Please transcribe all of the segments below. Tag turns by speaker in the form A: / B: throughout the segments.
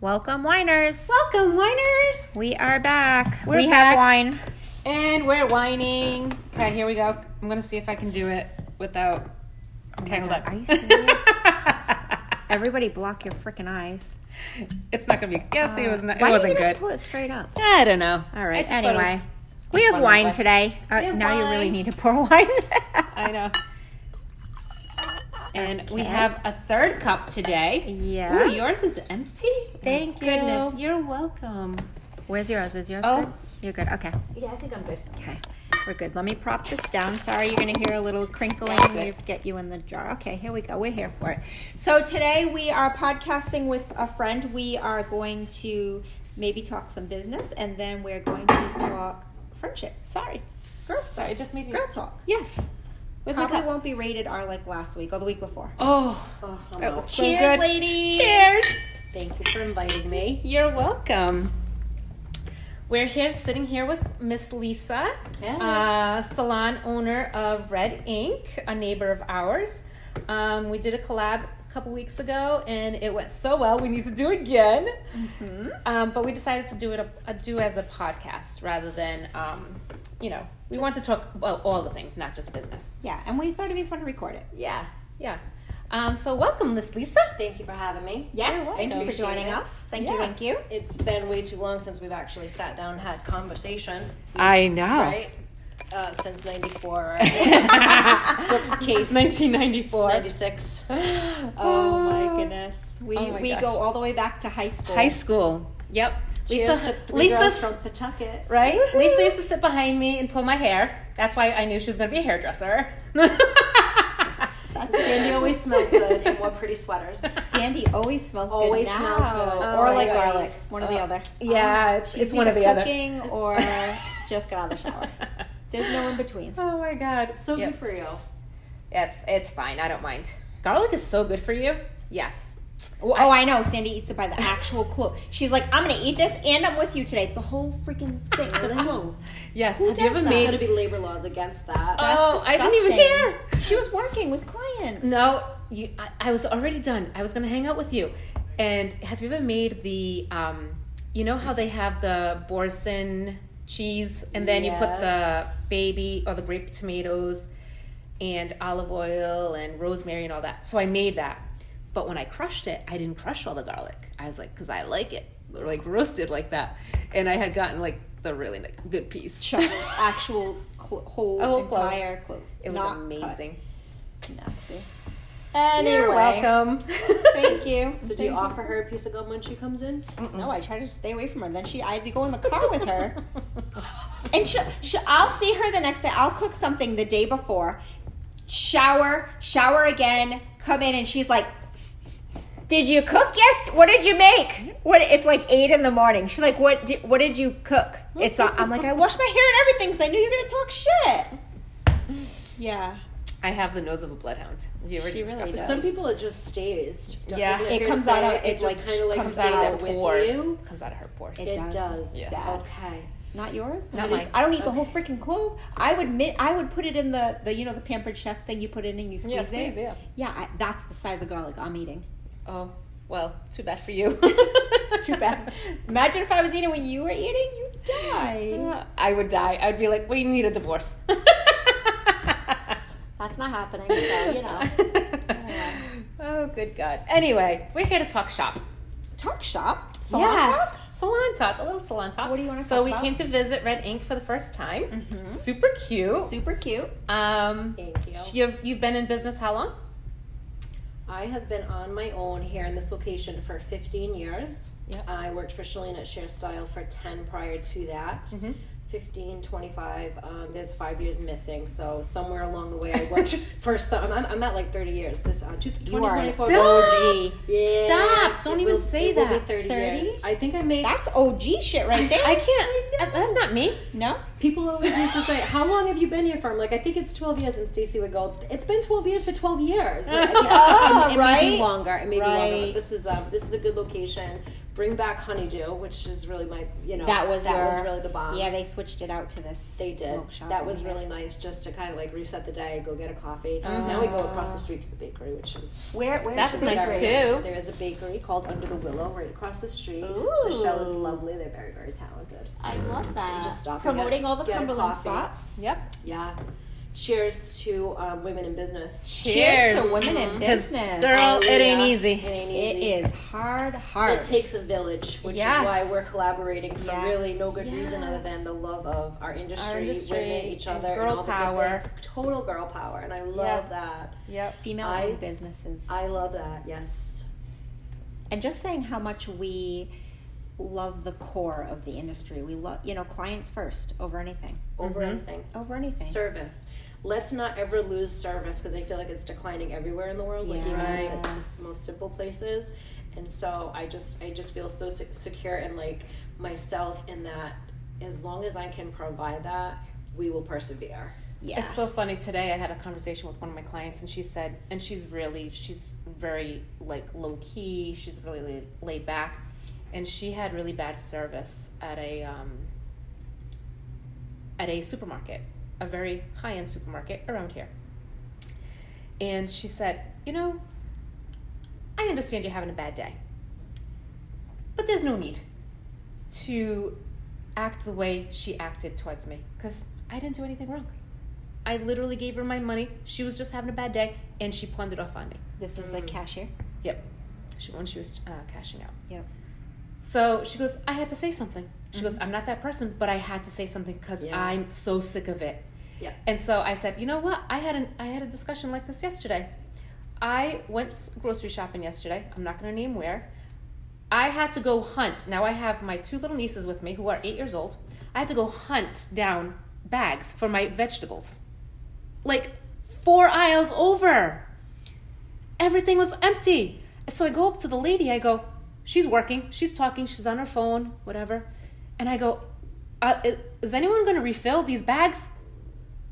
A: Welcome, winers.
B: Welcome, whiners!
A: We are back.
B: We're
A: we have
B: back.
A: wine.
B: And we're whining. Okay, here we go. I'm gonna see if I can do it without. Okay,
A: my
B: hold
A: God,
B: on.
A: are you serious? Everybody, block your freaking eyes.
B: it's not gonna be. Yeah, see, it was not.
A: Uh, Why
B: it wasn't
A: didn't you
B: good.
A: just pull it straight up?
B: I don't know.
A: All right.
B: I just thought it was-
A: Anyway, we have
B: fun
A: wine
B: that way.
A: today. Uh,
B: have
A: now you really
B: wine.
A: need to pour wine.
B: I know. And we
A: Okay.
B: have a third cup today.
A: Yes.
B: Ooh, yours is empty.
A: Thank you.
B: Goodness, you're welcome.
A: Where's yours? Is yours
B: Oh.
A: good? You're good. Okay.
B: Yeah, I think I'm good.
A: Okay. We're good. Let me prop this down. Sorry, you're going to hear a little crinkling.
B: That's
A: We
B: it.
A: get you in the jar. Okay, here we go. We're here for it. So today we are podcasting with a friend. We are going to maybe talk some business, and then we're going to talk friendship,
B: Sorry.
A: girl stuff,
B: Sorry, it just made me.
A: girl talk.
B: Yes. Where's my
A: Probably
B: cup?
A: won't be rated R like last week or the week before.
B: Oh,
A: I'm
B: that
A: all-
B: was so
A: Cheers,
B: good.
A: ladies.
B: Cheers. Thank you for inviting me. You're welcome. We're here sitting here with Miss Lisa,
A: Yeah.
B: uh, salon owner of Red Ink, a neighbor of ours. Um, we did a collab a couple weeks ago, and it went so well. We need to do it again, um, but we decided to do it a, a, do as a podcast rather than, um, you know, we want to talk about all the things, not just business.
A: Yeah, and we thought it'd be fun to record it.
B: Yeah, yeah. Um, so welcome, Miss Lisa.
C: Thank you for having me.
A: Yes,
B: You're
A: thank you for
C: welcome.
A: joining
C: Appreciate it.
A: us. Thank you,
B: Yeah.
A: thank you.
C: It's been way too long since we've actually sat down and had conversation,
B: I know.
C: right? Uh, since 94, Brooks case.
B: 1994.
C: 96.
A: Oh my goodness, we
B: Oh my
A: we
B: gosh.
A: go all the way back to high school.
B: High school. Yep.
C: Cheers to three
B: Lisa,
C: girls from Pawtucket.
B: right? Lisa used to sit behind me and pull my hair. That's why I knew she was going to be a hairdresser.
A: That's
C: Sandy always smelled good and wore pretty sweaters.
A: Sandy always smells
C: Always
A: good.
C: smells
A: now.
C: good.
B: Oh
A: or
B: my
A: like
B: gosh.
A: garlic. One or the
B: Oh.
A: other.
B: yeah, it's,
A: She's
B: it's one or
A: either
B: the other.
A: cooking or just got out of the shower. There's no in between.
B: Oh my god, it's
C: So
B: Yep.
C: good for you.
B: Yeah, it's it's fine. I don't mind. Garlic is so good for you. Yes.
A: Oh, oh, I know. Sandy eats it by the actual clove. She's like, I'm gonna eat this and I'm with you today. The whole freaking thing. The
C: Really?
A: clove.
B: Yes.
A: Who
B: Have you
A: does
B: ever
A: that?
C: There's
B: made
C: going to be labor laws against that.
A: That's
B: Oh, I didn't even
A: disgusting.
B: care.
A: She was working with clients.
B: No, you. I, I was already done. I was gonna hang out with you. And have you ever made the? Um, you know how they have the Borson cheese, and then you put the
C: Yes.
B: baby or the grape tomatoes, and olive oil and rosemary and all that. So I made that. But when I crushed it, I didn't crush all the garlic. I was like, because I like it, like roasted like that. And I had gotten like the really ni- good piece.
A: Sure. Actual clo whole,
B: A whole clove.
A: entire clove.
B: It was
A: Not
B: amazing.
A: Cut. Nasty.
C: Anyway.
B: You're welcome.
A: Thank you.
C: So do you offer her a piece of gum when she comes in?
A: No, I try to stay away from her. Then she, I had to go in the car with her, and she, she, I'll see her the next day. I'll cook something the day before, shower, shower again, come in, and she's like, "Did you cook? Yes. What did you make? What? It's like eight in the morning. She's like, "What? Did, what did you cook? It's. uh, I'm like, I washed my hair and everything, because I knew you're gonna talk shit. Yeah.
B: I have the nose of a bloodhound. Have you ever
A: She really
B: discussed
A: does.
B: this?
C: Some people, it just stays.
B: Yeah.
C: Is
A: It
C: fair to
A: comes out
C: say
A: of-
C: it
A: it,
C: just
A: like,
C: kind of like
A: comes
B: comes out
C: stays
B: of her
C: with
B: pores.
C: you.
B: Comes out of her pores.
A: It
C: It,
A: does.
C: does.
B: Yeah.
A: Bad.
C: Okay.
A: Not yours?
B: Not
A: I don't-
B: mine.
A: I don't eat the whole freaking clove. I would mi- I would put it in the, the you know the pampered chef thing you put it in and you squeeze,
B: Yeah, squeeze,
A: it.
B: yeah.
A: Yeah, I, that's the size of garlic I'm eating.
B: Oh, well, too bad for you.
A: Too bad. Imagine if I was eating when you were eating, you'd die.
B: Yeah, I would die. I'd be like, we need a divorce.
C: That's not happening, so you know.
B: oh, good God. Anyway, we're here to talk shop.
A: Talk shop. Salon
B: yes.
A: Talk?
B: Salon talk, a little salon talk.
A: What do you wanna
B: So
A: talk
B: we
A: about? Mm-hmm.
B: came to visit Red Ink for the first time. Super cute.
A: Super cute.
B: Um,
C: Thank you.
B: you've you've been in business how long?
C: I have been on my own here in this location for 15 years.
B: Yep.
C: I worked for Shalene at Share Style for 10 prior to that.
B: Mhm.
C: 15, 25. Um, there's five years missing, so somewhere along the way I worked for some. I'm, I'm at like 30 years. This uh, two,
A: You are
C: 2024.
A: still OG.
C: Yeah.
B: Stop. Don't
C: It
B: even
C: will-
B: say
C: it will
B: that.
C: be 30,
A: 30?
C: years. I think I made.
A: That's OG shit right there.
B: I can't. That's not me.
A: No?
C: People always used to say, "How long have you been here for?" I'm like, "I think it's 12 years." And Stacy would go, "It's been 12 years for 12 years." Like, I think-
A: Oh,
C: it may
A: right.
C: be longer. It may be longer.
A: Right.
C: But this is um, this is a good location. bring back honeydew, which is really my you know
A: That was
C: that
A: your-
C: was really the bomb.
A: Yeah, they switched it out to this.
C: They did.
A: Smoke shop
C: That was
A: over here.
C: really nice, just to kind of like reset the day, go get a coffee. Now we go
A: Oh.
C: across the street to the bakery, which is
A: Where? Where's
B: That's
A: your
B: nice,
A: bakery?
B: too.
C: There is a bakery called Under the Willow right across the street.
A: Ooh.
C: Michelle is lovely. They're very very talented.
A: I love that.
C: Just stop and
A: promoting
C: get-
A: all the
C: get a
A: Cumberland
C: coffee.
A: spots.
B: Yep.
C: Yeah. Cheers to um, women in business.
A: Cheers,
B: Cheers.
A: to women in
B: 'Cause
A: business.
B: Girl, it ain't
C: Hallelujah.
B: easy.
C: It ain't
A: It
C: Mm-hmm. easy.
A: is hard, hard.
C: It takes a village, which
B: Yes.
C: is why we're collaborating for
A: Yes.
C: really no good reason other
A: Yes.
C: than the love of our industry,
B: industry,
C: women, each
B: and
C: other, and
B: girl
C: all the good
B: power.
C: things. Total girl power, and I love
B: Yeah.
C: that.
B: Yep.
A: Female
C: I-
A: owned businesses.
C: I love that. Yes.
A: and just saying how much we love the core of the industry. We love, you know, clients first over anything.
C: Over
B: Mhm.
C: everything.
A: Over anything.
C: Service. Let's not ever lose service because I feel like it's declining everywhere in the world, like even in the
A: Yes.
C: most simple places. And so I just I just feel so se- secure and like myself in that as long as I can provide that, we will persevere.
A: yeah.
B: It's so funny. Today I had a conversation with one of my clients, and she said, and she's really, she's very like low key. She's really laid, laid back, and she had really bad service at a um, at a supermarket, a very high end supermarket around here. And she said, you know, I understand you're having a bad day, but there's no need to act the way she acted towards me because I didn't do anything wrong. I literally gave her my money. She was just having a bad day, and she pawned it off on me.
A: this is the
C: Mm.
A: cashier.
B: Yep. She, when she was uh, cashing out.
A: Yep.
B: So she goes, I had to say something. She goes, I'm not that person, but I had to say something because
C: Yeah.
B: I'm so sick of it.
C: Yeah.
B: And so I said, you know what? I had an I had a discussion like this yesterday. I went s- grocery shopping yesterday. I'm not going to name where. I had to go hunt. Now I have my two little nieces with me who are 8 years old. I had to go hunt down bags for my vegetables. Like four aisles over. Everything was empty. So I go up to the lady. I go, she's working. She's talking. She's on her phone, whatever. And I go, uh, i- is anyone going to refill these bags?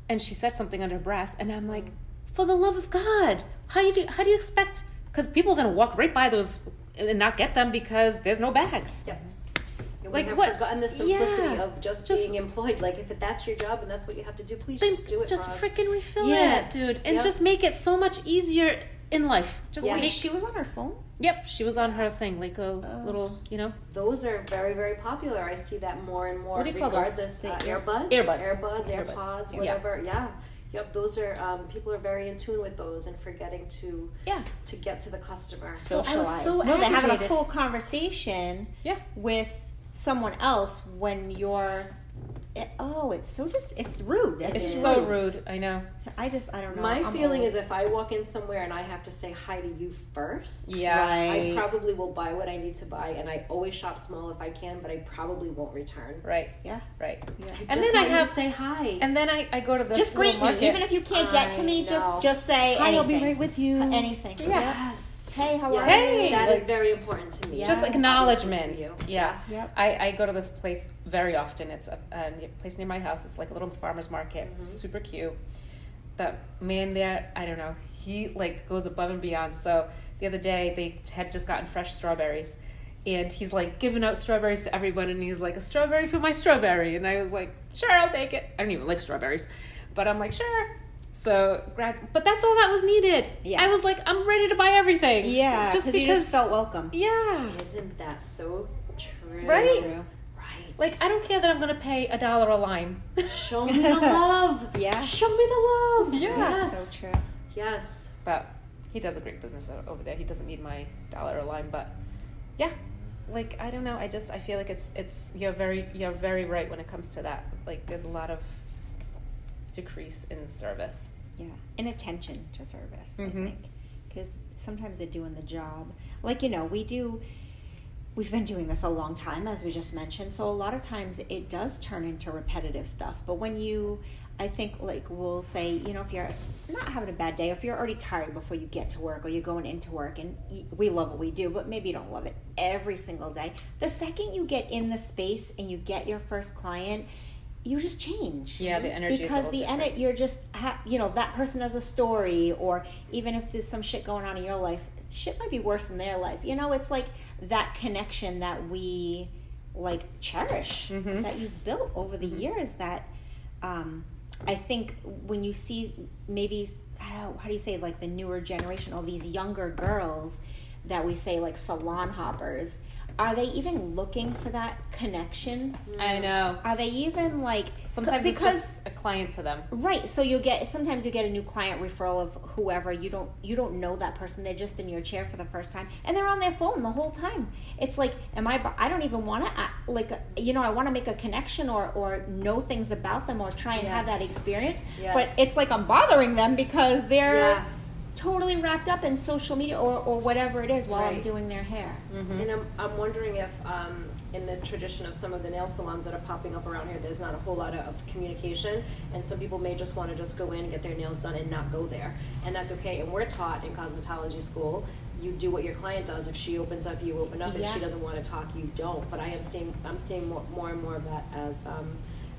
B: and she said something under her breath and i'm like for the love of god how you do how do you expect because people are going to walk right by those and not get them because there's no bags
C: Yep. And
B: Like
C: we have
B: what-
C: forgotten the simplicity
B: yeah.
C: of just,
B: Just-
C: being employed. Like if that's your job and that's what you have to do, please
B: then
C: just do it.
B: just
C: for us.
B: freaking refill
C: Yeah.
B: it dude and
C: Yep.
B: just make it so much easier in life just
C: Yeah.
A: Wait,
B: make
A: she was on her phone?
B: yep she was on her thing like a
A: Oh.
B: little you know
C: Those are very, very popular. I see that more and more.
B: What do you call those?
C: regardless,
A: The
C: uh,
A: ear-
C: earbuds,
B: Earbuds.
C: earbuds,
B: Earbuds.
C: AirPods,
B: Yeah.
C: whatever. Yeah. Yep. Those are um, people are very in tune with those and forgetting to
B: yeah
C: to get to the customer.
B: So I was so
A: Socialize. no, to having a
B: agitated.
A: full conversation
B: yeah
A: with someone else when you're. It, oh, it's so just. It's rude. That's
B: it's
C: It
B: so
C: is.
B: rude i know
A: So I just. I don't know.
C: My
A: I'm
C: feeling
A: old.
C: is if I walk in somewhere and I have to say hi to you first,
B: yeah
C: I probably will buy what I need to buy, and I always shop small if I can, but I probably won't return.
B: right
A: Yeah.
B: right
A: Yeah.
B: And
C: I just
B: then I
C: want you to
B: have-
C: say hi.
B: and then i, I go to the
A: Just greet me, even if you can't get to
C: I
A: me.
C: know.
A: Just, just say
B: Hi,
A: anything.
B: I'll be right with you.
A: Anything.
B: Yeah.
C: yes.
A: Hey, how are
C: Yes,
A: you?
B: Hey!
C: that is
B: Like-
C: very important to me.
A: Yeah.
B: just
A: I
B: acknowledgement.
C: To you.
B: Yeah.
A: Yep.
B: I, I go to this place very often. It's a, a ne- place near my house. It's like a little farmer's market.
A: Mm-hmm.
B: Super cute. The man there, I don't know, he like goes above and beyond. So the other day they had just gotten fresh strawberries. And he's like giving out strawberries to everyone, and he's like, "A strawberry for my strawberry," and I was like, "Sure, I'll take it." I don't even like strawberries, but I'm like, "Sure." So grab, but that's all that was needed.
A: Yeah.
B: I was like, "I'm ready to buy everything."
A: Yeah,
B: just because.
A: you just felt welcome.
B: yeah,
C: Isn't that so true?
B: Right?
A: So true.
C: Right.
B: Like I don't care that I'm gonna pay a dollar a line.
C: show me the love.
A: Yeah.
C: Show me the love.
B: Yes.
C: Yes.
A: So true.
C: Yes.
B: But he does a great business o- over there. He doesn't need my dollar a line, but yeah. Like I don't know. I just I feel like it's it's you're very you're very right when it comes to that. Like there's a lot of decrease in service.
A: Yeah, and attention to service,
B: Mhm.
A: I think. Because sometimes they're doing the job. Like, you know, we do, we've been doing this a long time, as we just mentioned. So a lot of times it does turn into repetitive stuff. But when you, I think, like, we'll say, you know, if you're not having a bad day, if you're already tired before you get to work or you're going into work, and y- we love what we do, but maybe you don't love it every single day. The second you get in the space and you get your first client, you just change
B: Yeah, the energy
A: because
B: is a
A: the
B: different.
A: ener- you're just ha- you know that person has a story or even if there's some shit going on in your life shit might be worse in their life. You know, it's like that connection that we like cherish
B: Mhm.
A: that you've built over
B: Mm-hmm.
A: the years that um I think when you see maybe I don't know, how do you say like the newer generation, all these younger girls that we say like salon hoppers, are they even looking for that connection?
B: I know.
A: Are they even like
B: Sometimes
A: because
B: it's just a client to them.
A: Right. So you'll get sometimes you get a new client referral of whoever you don't you don't know that person. They're just in your chair for the first time and they're on their phone the whole time. It's like am I I don't even want to like uh, you know I want to make a connection or or know things about them or try and have that
C: Yes.
A: experience.
C: Yes.
A: But it's like I'm bothering them because they're
C: Yeah.
A: totally wrapped up in social media or or whatever it is while I'm
C: Right. Mm.
A: doing their hair.
C: And I'm, I'm wondering if, um, in the tradition of some of the nail salons that are popping up around here, there's not a whole lot of communication, and some people may just want to just go in and get their nails done and not go there, and that's okay. And we're taught in cosmetology school, you do what your client does. If she opens up, you open up. If she
A: Yeah.
C: doesn't want to talk, you don't. But I am seeing, I'm seeing more, more and more of that as. Um,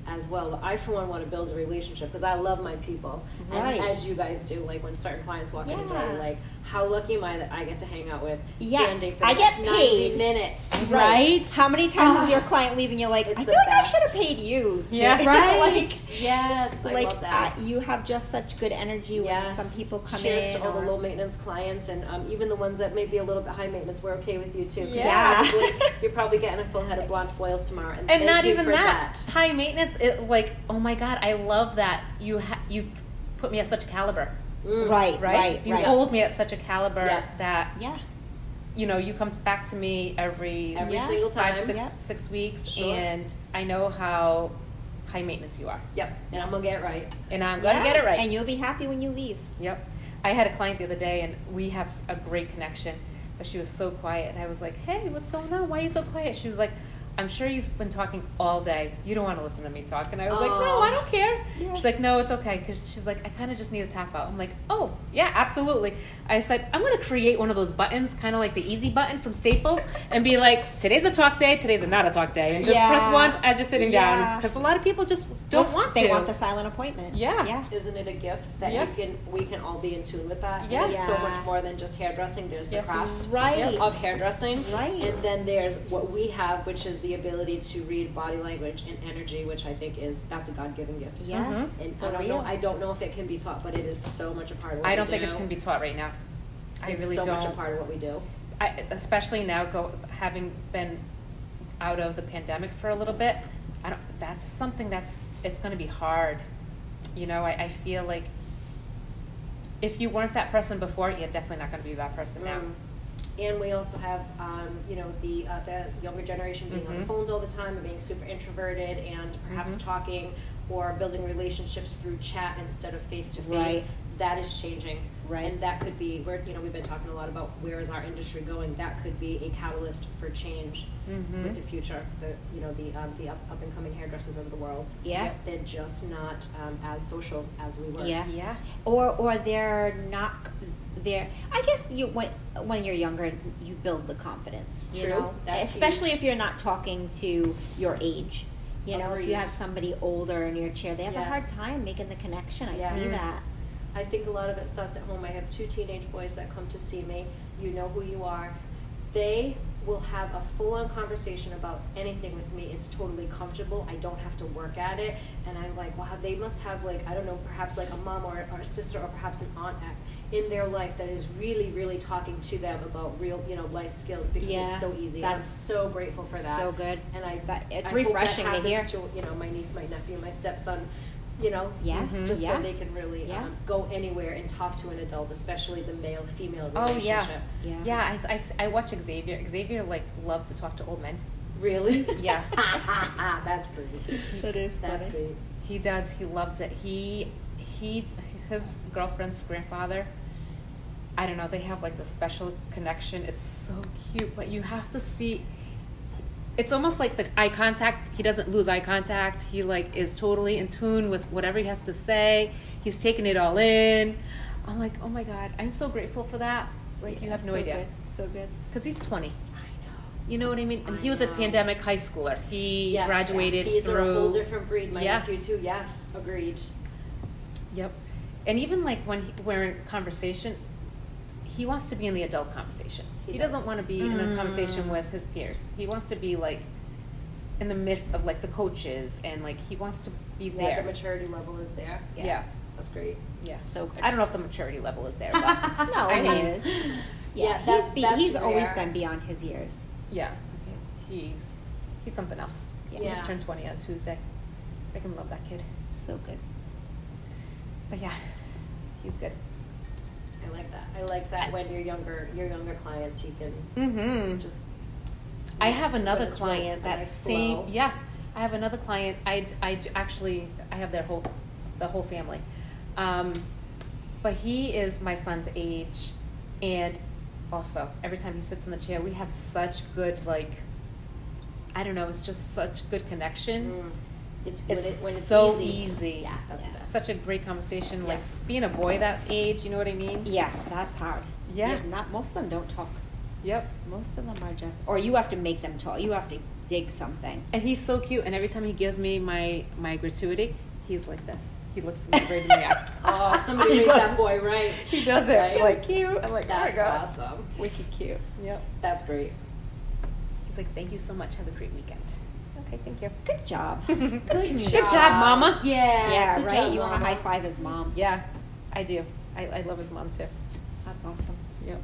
C: as well, I for one want to build a relationship because I love my people,
A: Right.
C: and as you guys do, like when certain clients walk in the door,
A: Yeah.
C: you're like how lucky am I that I get to hang out with
A: Yes,
C: Sandy for the
A: I
C: next
A: get
C: 90
A: paid.
C: minutes.
B: Right?
A: How many times is your client leaving you like
C: Ah. It's
A: I
C: the
A: feel like
C: best.
A: I should have paid you. to-"
B: Yeah.
A: like,
B: Right.
C: Yes, I
A: like
C: love that.
A: uh, you have just such good energy
C: Yes.
A: when some people come
C: Cheers
A: in.
C: to all
A: or-
C: the low maintenance clients and um, even the ones that may be a little bit high maintenance. We're okay with you too. 'cause
A: Yeah.
C: you're probably- You're probably getting a full head of blonde foils tomorrow, and,
B: and
C: thank
B: not
C: you
B: even
C: for
B: that. high maintenance it like oh my god i love that you ha- you put me at such a caliber
C: Mm.
A: right, right,
B: right,
A: right.
B: you hold me at such a caliber
C: Yes.
B: that
A: yeah,
B: you know you come back to me every,
C: Every
A: Yeah.
C: single time.
B: five six,
A: Yep.
B: six weeks
C: Sure.
B: and i know how high maintenance you are
C: Yep, and I'm gonna get it right.
B: and i'm gonna
A: Yeah.
B: get it right
A: and you'll be happy when you leave.
B: Yep. I had a client the other day, and we have a great connection, but she was so quiet. And I was like, hey, what's going on? Why are you so quiet? She was like, I'm sure you've been talking all day. You don't want to listen to me talk. And I was like, no,
C: Aw.
B: I don't care.
A: Yeah.
B: She's like, no, it's okay. Because she's like, I kind of just need a tap out. I'm like, oh, yeah, absolutely. I said, I'm going to create one of those buttons, kind of like the easy button from Staples, and be like, today's a talk day, today's a not a talk day. And just
A: Yeah.
B: press one as you're sitting down.
A: Yeah.
B: Because a lot of people just don't
A: Plus,
B: want
A: they
B: to.
A: want the silent appointment.
B: Yeah.
A: yeah,
C: Isn't it a gift that
B: Yeah.
C: you can we can all be in tune with that? And
B: Yeah.
C: it's so
A: Yeah.
C: much more than just hairdressing. There's
B: Yeah.
C: the craft
A: Right.
C: of hairdressing.
A: Right.
C: And then there's what we have, which is the ability to read body language and energy, which I think is that's a God given gift.
B: Mm-hmm.
A: yes.
C: And
A: For
C: I don't
A: real.
C: know I don't know if it can be taught, but it is so much a part of what
B: I
C: we
B: don't think
C: do.
B: it can be taught right now. I
C: It's
B: really
C: so
B: don't.
C: much a part of what we do.
B: I, especially now, go having been out of the pandemic for a little bit, I don't. That's something that's it's going to be hard. You know, I, I feel like if you weren't that person before, you're definitely not going to be that person now.
C: Mm. And we also have, um, you know, the uh, the younger generation being
A: Mm-hmm.
C: on the
B: Mhm.
C: phones all the time and being super introverted and perhaps
B: Mhm.
C: talking or building relationships through chat instead of face to face.
A: Right.
C: That is changing,
A: Right.
C: And that could be where you know we've been talking a lot about where is our industry going. That could be a catalyst for
B: Mhm.
C: change Mm.
A: Mm-hmm.
C: with the future. The you know the um, the up, up and coming hairdressers of the world.
A: Yeah.
C: Yep, they're just not um, as social as we were.
A: Yeah.
B: Yeah.
A: or or they're not there. I guess you when when you're younger, you build the confidence. You
C: True.
A: know?
C: That's
A: especially
C: huge.
A: if you're not talking to your age. You know, if
C: Agreed.
A: you have somebody older in your chair, they have a hard
C: Yes.
A: time making the connection. I see
C: Yes.
A: that.
C: I think a lot of it starts at home. I have two teenage boys that come to see me. You know who you are. They will have a full on conversation about anything with me. It's totally comfortable. I don't have to work at it. And I'm like, wow, they must have, like, I don't know, perhaps like a mom or, or a sister or perhaps an aunt at- in their life that is really, really talking to them about real, you know, life skills because
A: Yeah,
C: it's so easy. I'm
A: that's
C: so grateful for that.
A: So good.
C: And I,
A: That- it's
C: I hope that
A: refreshing to
C: happens
A: hear.
C: To, you know, my niece, my nephew, my stepson, you know,
A: Yeah.
B: Mhm.
C: just
A: yeah.
C: so they can really
A: Yeah.
C: um, go anywhere and talk to an adult, especially the male female
B: Oh, yeah.
C: relationship.
A: yeah.
B: Yeah. I, I, I watch Xavier. Xavier like loves to talk to old men.
C: Really?
B: Yeah.
C: That's great.
A: That is
C: That's great.
B: He does. He loves it. He he his girlfriend's grandfather. I don't know. They have like this special connection. It's so cute, but you have to see. It's almost like the eye contact. He doesn't lose eye contact. He like is totally in tune with whatever he has to say. He's taking it all in. I'm like, oh my god, I'm so grateful for that. Like you have no
A: so
B: idea,
A: Good. So good.
B: because he's 20.
C: I know.
B: You know what I mean? And
C: I
B: he was a
C: know.
B: pandemic high schooler. He
C: Yes,
B: graduated
C: These
B: through.
C: are a whole different breed. My
B: Yeah.
C: nephew too. Yes, agreed.
B: Yep. And even like when he, we're in conversation, he wants to be in the adult conversation.
C: He
B: He,
C: does.
B: doesn't want to be in a conversation with his peers. He wants to be like in the midst of like the coaches and like he wants to be
C: Yeah,
B: there.
C: the maturity level is there.
B: yeah. yeah.
C: That's great.
A: So good.
B: I don't know if the maturity level is there, but
A: no,
B: I
A: it
B: mean-
A: is.
C: Yeah,
A: Yeah,
C: that's-
A: he's, be,
C: that's
A: he's always
C: rare.
A: been beyond his years.
B: yeah, he's he's something else.
A: Yeah.
B: He just
C: Yeah.
B: turned twenty on Tuesday. I can love that kid.
A: So good.
B: But yeah, he's good.
C: I like that. I like that when your younger your younger clients you can
B: Mm-hmm.
C: just
B: I have another
C: But it's like
B: client
C: a
B: that
C: nice
B: same
C: flow.
B: yeah. I have another client. I, I j- actually I have their whole the whole family, um, but he is my son's age, and also every time he sits in the chair, we have such good like I don't know. It's just such good connection.
C: Mm. It's,
B: It's,
C: when it, when it's
B: so
C: easy.
B: easy.
C: Yeah, that's the best.
B: Such a great conversation.
C: Mm. Yes.
B: Like being a boy that age, you know what I mean?
A: Yeah, that's hard.
B: Yeah.
A: Not most of them don't talk.
B: Yep.
A: Most of them are just, or you have to make them talk. You have to dig something.
B: And he's so cute. And every time he gives me my my gratuity, he's like this. He looks at me right in the eye.
C: Oh, somebody
B: He
C: raised
B: does.
C: that boy right.
B: He does it.
C: Right?
B: Like cute. I'm like,
C: That's
B: oh my god.
C: awesome.
A: Wicked cute.
B: Yep.
C: That's great.
B: He's like, thank you so much. Have a great weekend.
A: Okay, thank you. Good job.
B: Good,
A: Good
B: job. Mama.
C: Yeah.
A: yeah,
C: good
A: right?
C: job,
A: you want
C: Mama.
A: to high five his mom.
B: Yeah, I do. I, I love his mom too.
A: That's awesome.
B: Yep.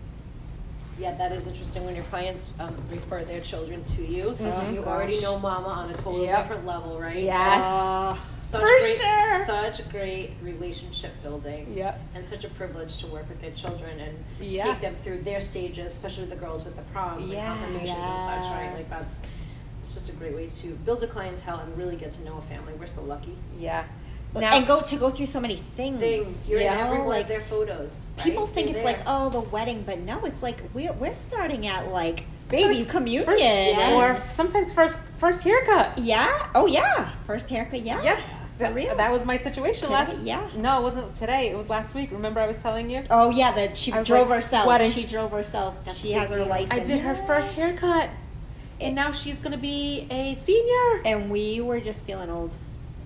C: Yeah, that is interesting when your clients um, refer their children to you.
B: Mhm.
C: you already
A: Gosh.
C: know mama on a totally
B: Yep.
C: different level, right?
B: Yes.
A: Oh,
C: Such
B: For
C: great,
B: sure.
C: such great relationship building,
B: Yep.
C: and such a privilege to work with their children and
B: Yeah.
C: take them through their stages, especially the girls with the proms
B: Yeah.
C: and confirmations and such. Right? Like
A: Yes.
C: that's it's just a great way to build a clientele and really get to know a family. We're so lucky.
B: Yeah.
A: and go to go through so many things.
C: Things you're in
B: Yeah.
C: every one
A: Like,
C: of their photos. right?
A: People think
C: You're
A: it's
C: there.
A: like, oh, the wedding, but no, it's like we're, we're starting at like
B: Babies.
A: first communion.
B: First-
A: and-
B: Or
C: Yes.
B: sometimes first first haircut.
A: Yeah. Oh, yeah. First haircut. Yeah.
B: Yeah. That,
A: real.
B: that was my situation
A: Today,
B: last.
A: yeah.
B: No, it wasn't today. It was last week. Remember, I was telling you.
A: Oh, yeah. That she
B: I was,
A: drove
B: like,
A: herself.
B: sweating.
A: She drove herself.
C: That's
A: she
C: a big
A: has her
C: deal.
A: license.
B: I did her first haircut, and now she's gonna be a senior
A: And we were just feeling old.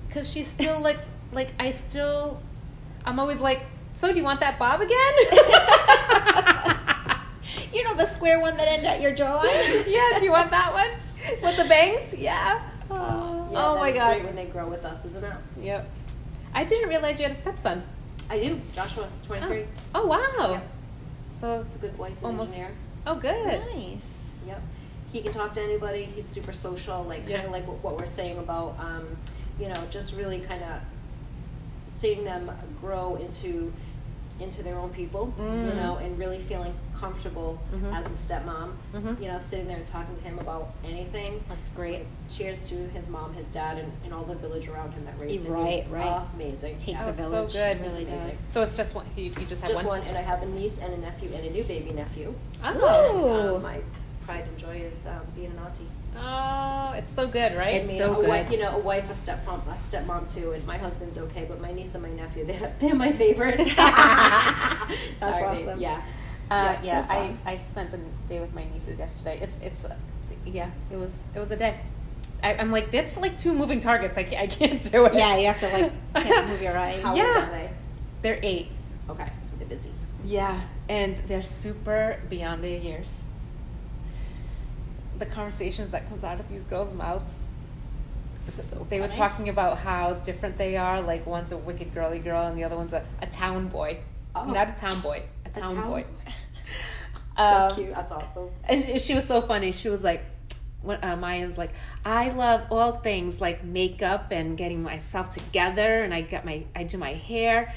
B: because she's still like like I still, I'm always like, so do you want that bob again?
A: You know the square one that end at your jawline.
B: yeah, do you want that one with the bangs? Yeah.
A: Oh.
C: Yeah,
B: Oh
C: that
B: my
C: is
B: God.
C: Great when they grow with us, isn't it?
B: Yep. I didn't realize you had a stepson.
C: I do. Joshua, 23.
B: Oh, oh wow.
C: Yep.
B: So
C: It's a good voice, an
B: almost.
C: engineer.
B: Oh, good.
A: Nice.
C: Yep. He can talk to anybody. He's super social, like
B: Yeah.
C: kind of like what, what we're saying about, um, you know, just really kind of seeing them grow into into their own people, you
B: Mm.
C: know, and really feeling comfortable
A: Mm-hmm.
B: Mhm.
C: as a stepmom.
B: Mhm.
C: You know, sitting there and talking to him about anything.
B: That's great.
C: Cheers to his mom, his dad, and, and all the village around him that raised him.
A: Right,
C: He's
A: right.
C: Amazing.
A: Takes
B: Oh,
A: a
B: so
A: village.
B: good.
A: Really
C: It's amazing.
A: does.
B: So it's just one. You, you just have
C: Just one, and I have a niece and a nephew and a new baby nephew.
B: Oh.
C: And, um, my pride and joy is um, being an auntie.
B: Oh, it's so good, right?
A: It's
C: I
A: so
C: a
A: good.
C: Wife, you know, a wife, a stepmom, a stepmom too, and my husband's okay, but my niece and my nephew, they're, they're my favorites.
A: That's
C: Sorry, babe.
A: awesome.
C: Yeah.
B: Uh,
C: Yeah,
B: yeah,
C: so fun.
B: I, I spent the day with my nieces yesterday. It's it's uh, yeah, it was it was a day. I, I'm like that's like two moving targets. I can't, I can't do it.
A: Yeah, you have to, like, can't move your eyes.
C: How old are
B: yeah,
C: they?
B: they're eight.
C: Okay, so they're busy.
B: Yeah, and they're super beyond their years. The conversations that comes out of these girls' mouths. they were
A: funny.
B: talking about how different they are. Like one's a wicked girly girl, and the other one's a, a town boy.
C: Oh.
B: Not a town boy, a town,
C: town
B: boy.
C: boy. So
B: Um,
C: cute. That's awesome.
B: And she was so funny. She was like, when, uh, Maya's like, I love all things like makeup and getting myself together, and I got my, I do my hair.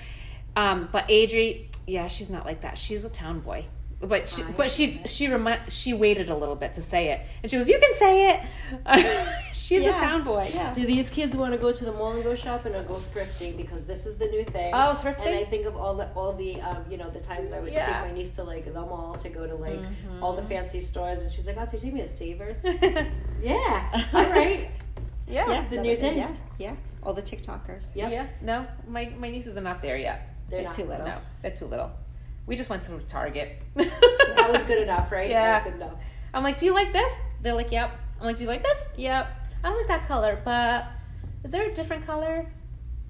B: Um, but Adri, yeah, she's not like that. She's a town boy. But she,
C: I
B: but she, she remind, she waited a little bit to say it, and she was, you can say it. she's a
A: Yeah.
B: town boy.
A: Yeah.
C: Do these kids want to go to the mall and go shopping or go thrifting? Because this is the new thing.
B: Oh, thrifting?
C: And I think of all the all the um, you know the times I would
B: Yeah.
C: take my niece to like the mall to go to like all the fancy stores, and she's like, "Oh, they take me to Savers."
B: yeah.
C: yeah. All right.
A: Yeah.
C: The new thing.
A: Yeah. Yeah. All the TikTokers.
C: Yep.
B: Yeah. No, my my nieces are not there yet.
C: They're
A: They're
C: not.
A: too little.
B: No, they're too little. We just went to Target.
C: That was good enough, right? That
B: Yeah.
C: was good enough.
B: I'm like, do you like this? They're like, yep. I'm like, do you like this? Yep. I like that color, but is there a different color?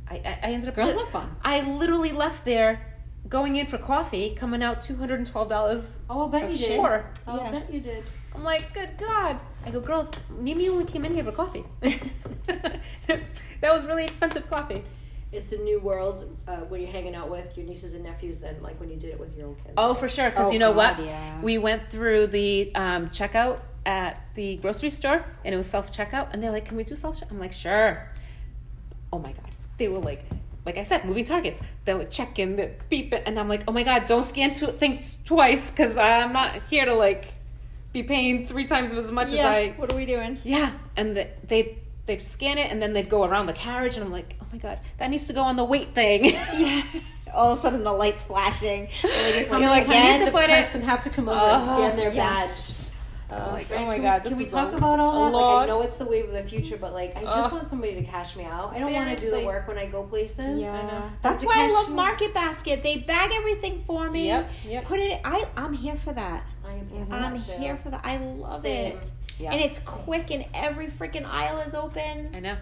B: I, I, I ended up.
A: Girls are fun.
B: I literally left there going in for coffee, coming out two hundred and twelve dollars.
C: Oh, I'll bet you did.
B: Sure.
C: I'll
A: Yeah.
C: bet you did.
B: I'm like, good God! I go, girls, Mimi only came in here for coffee. that was really expensive coffee.
C: It's a new world uh, when you're hanging out with your nieces and nephews than like when you did it with your own kids.
B: Oh, for sure. Because
A: Oh,
B: you know
A: God,
B: what?
A: yes.
B: We went through the um, checkout at the grocery store and it was self checkout. And they're like, can we do self checkout? I'm like, sure. Oh my God. They were like, like I said, moving targets. They would check in, they beep it. And I'm like, oh my God, don't scan two things twice because I'm not here to like be paying three times as much as I
A: what are we doing?
B: yeah, and the, they they'd scan it and then they'd go around the carriage, and I'm like, oh my god, that needs to go on the weight thing.
C: Uh,
B: Yeah,
A: All of a sudden, the lights flashing. The lady's
B: You're like, I
A: "Again?"
B: need to
C: the
B: put it-
C: person have to come over and scan their
A: yeah.
C: badge.
B: I'm like,
C: Right,
B: oh my
C: can we-
B: god, this
C: can we
B: is
C: talk
B: a-
C: about all
B: a
C: that?
B: long-
C: Like, I know it's the wave of the future, but like, I just
B: Ugh.
C: want somebody to cash me out. I don't want to do
B: Seriously.
C: the work when I go places.
A: Yeah.
C: I know.
A: That's
C: To
A: why I
C: cash
A: love
C: me-
A: Market Basket. They bag everything for me.
B: Yep, yep.
A: Put it. I I'm here for that.
C: I am here for
A: I'm
C: that, too.
A: here for that. I love
C: Same.
A: it.
B: Yeah.
A: And it's quick, and every freaking aisle is open.
B: I know,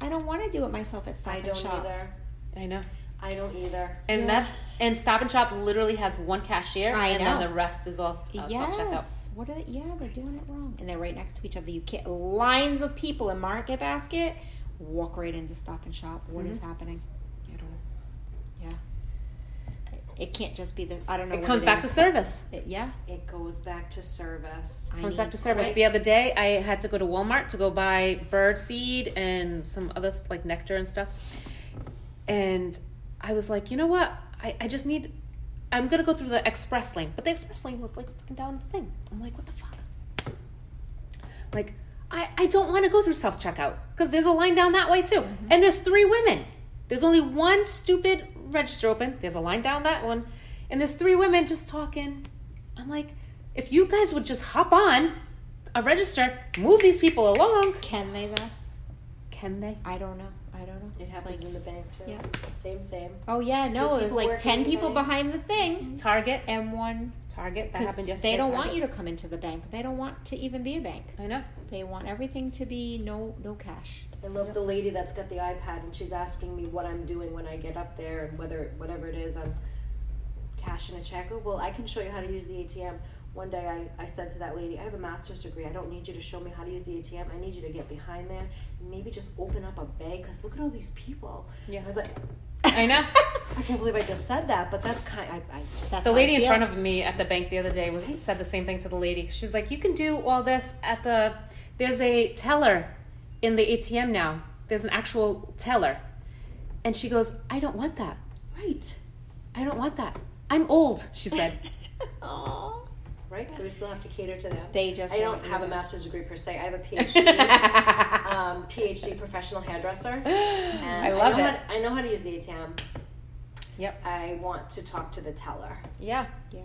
A: I don't want to do it myself at Stop
C: I
A: and
C: don't
A: Shop.
C: either.
B: I know,
C: I don't either.
B: and
A: Yeah.
B: that's and Stop and Shop literally has one cashier,
A: I
B: and
A: know.
B: then the rest is all
C: Oh,
B: uh, self checkout.
A: Yes. What are they, yeah, they're doing it wrong. And they're right next to each other. You can't lines of people in Market Basket walk right into Stop and Shop. What is
C: Mm-hmm.
A: happening?
B: I don't know.
A: Yeah. It can't just be the I don't know.
B: It
A: what
B: comes back to
A: is.
B: service.
A: It- yeah.
C: It goes back to service.
A: I
B: comes
A: need-
B: back to service.
C: Right.
B: The other day, I had to go to Walmart to go buy bird seed and some other s- like nectar and stuff. And I was like, you know what? I, I just need. I'm gonna go through the express lane, but the express lane was like fucking down the thing. I'm like, what the fuck? Like, I I don't want to go through self checkout because there's a line down that way too, and there's three women. There's only one stupid register open. There's a line down that one, and there's three women just talking. I'm like, if you guys would just hop on a register, move these people along,
A: Can they though?
B: can they?
A: I don't know. I don't know.
C: It
A: It's
C: happens
A: Like,
C: in the bank too.
A: yeah.
C: Same, same.
A: oh yeah, no,
C: Two
A: there's
C: people
A: like
C: working
A: ten
C: the
A: people
C: bank.
A: behind the thing,
B: Target,
A: and one.
B: Target. That
A: 'cause
B: happened yesterday.
A: They don't want you to come into the bank. They don't want to even be a bank.
B: I know.
A: They want everything to be no no cash.
C: I love the lady that's got the iPad and she's asking me what I'm doing when I get up there and whether whatever it is I'm cashing a check. Oh, well, I can show you how to use the ATM. One day I, I said to that lady, I have a master's degree. I don't need you to show me how to use the ATM. I need you to get behind there and maybe just open up a bag because look at all these people.
B: Yeah.
C: I was like,
B: I know.
C: I can't believe I just said that, but that's kind I, I
A: That's
B: The
A: how
B: lady
A: I
B: in
A: feel.
B: front of me at the bank the other day was
C: Right.
B: said the same thing to the lady. She's like, "You can do all this at the there's a teller in the ATM now. There's an actual teller." And she goes, "I don't want that.
C: Right.
B: I don't want that. I'm old," she said.
A: Aw.
C: Right? So we still have to cater to them.
A: They just
C: I
A: want
C: don't
A: you
C: have a
A: to-
C: master's degree per se. I have a PhD. um, PhD professional hairdresser. And
B: I love
C: know
B: it.
C: How, I know how to use the ATM.
B: Yep.
C: I want to talk to the teller.
B: yeah.
A: Yeah.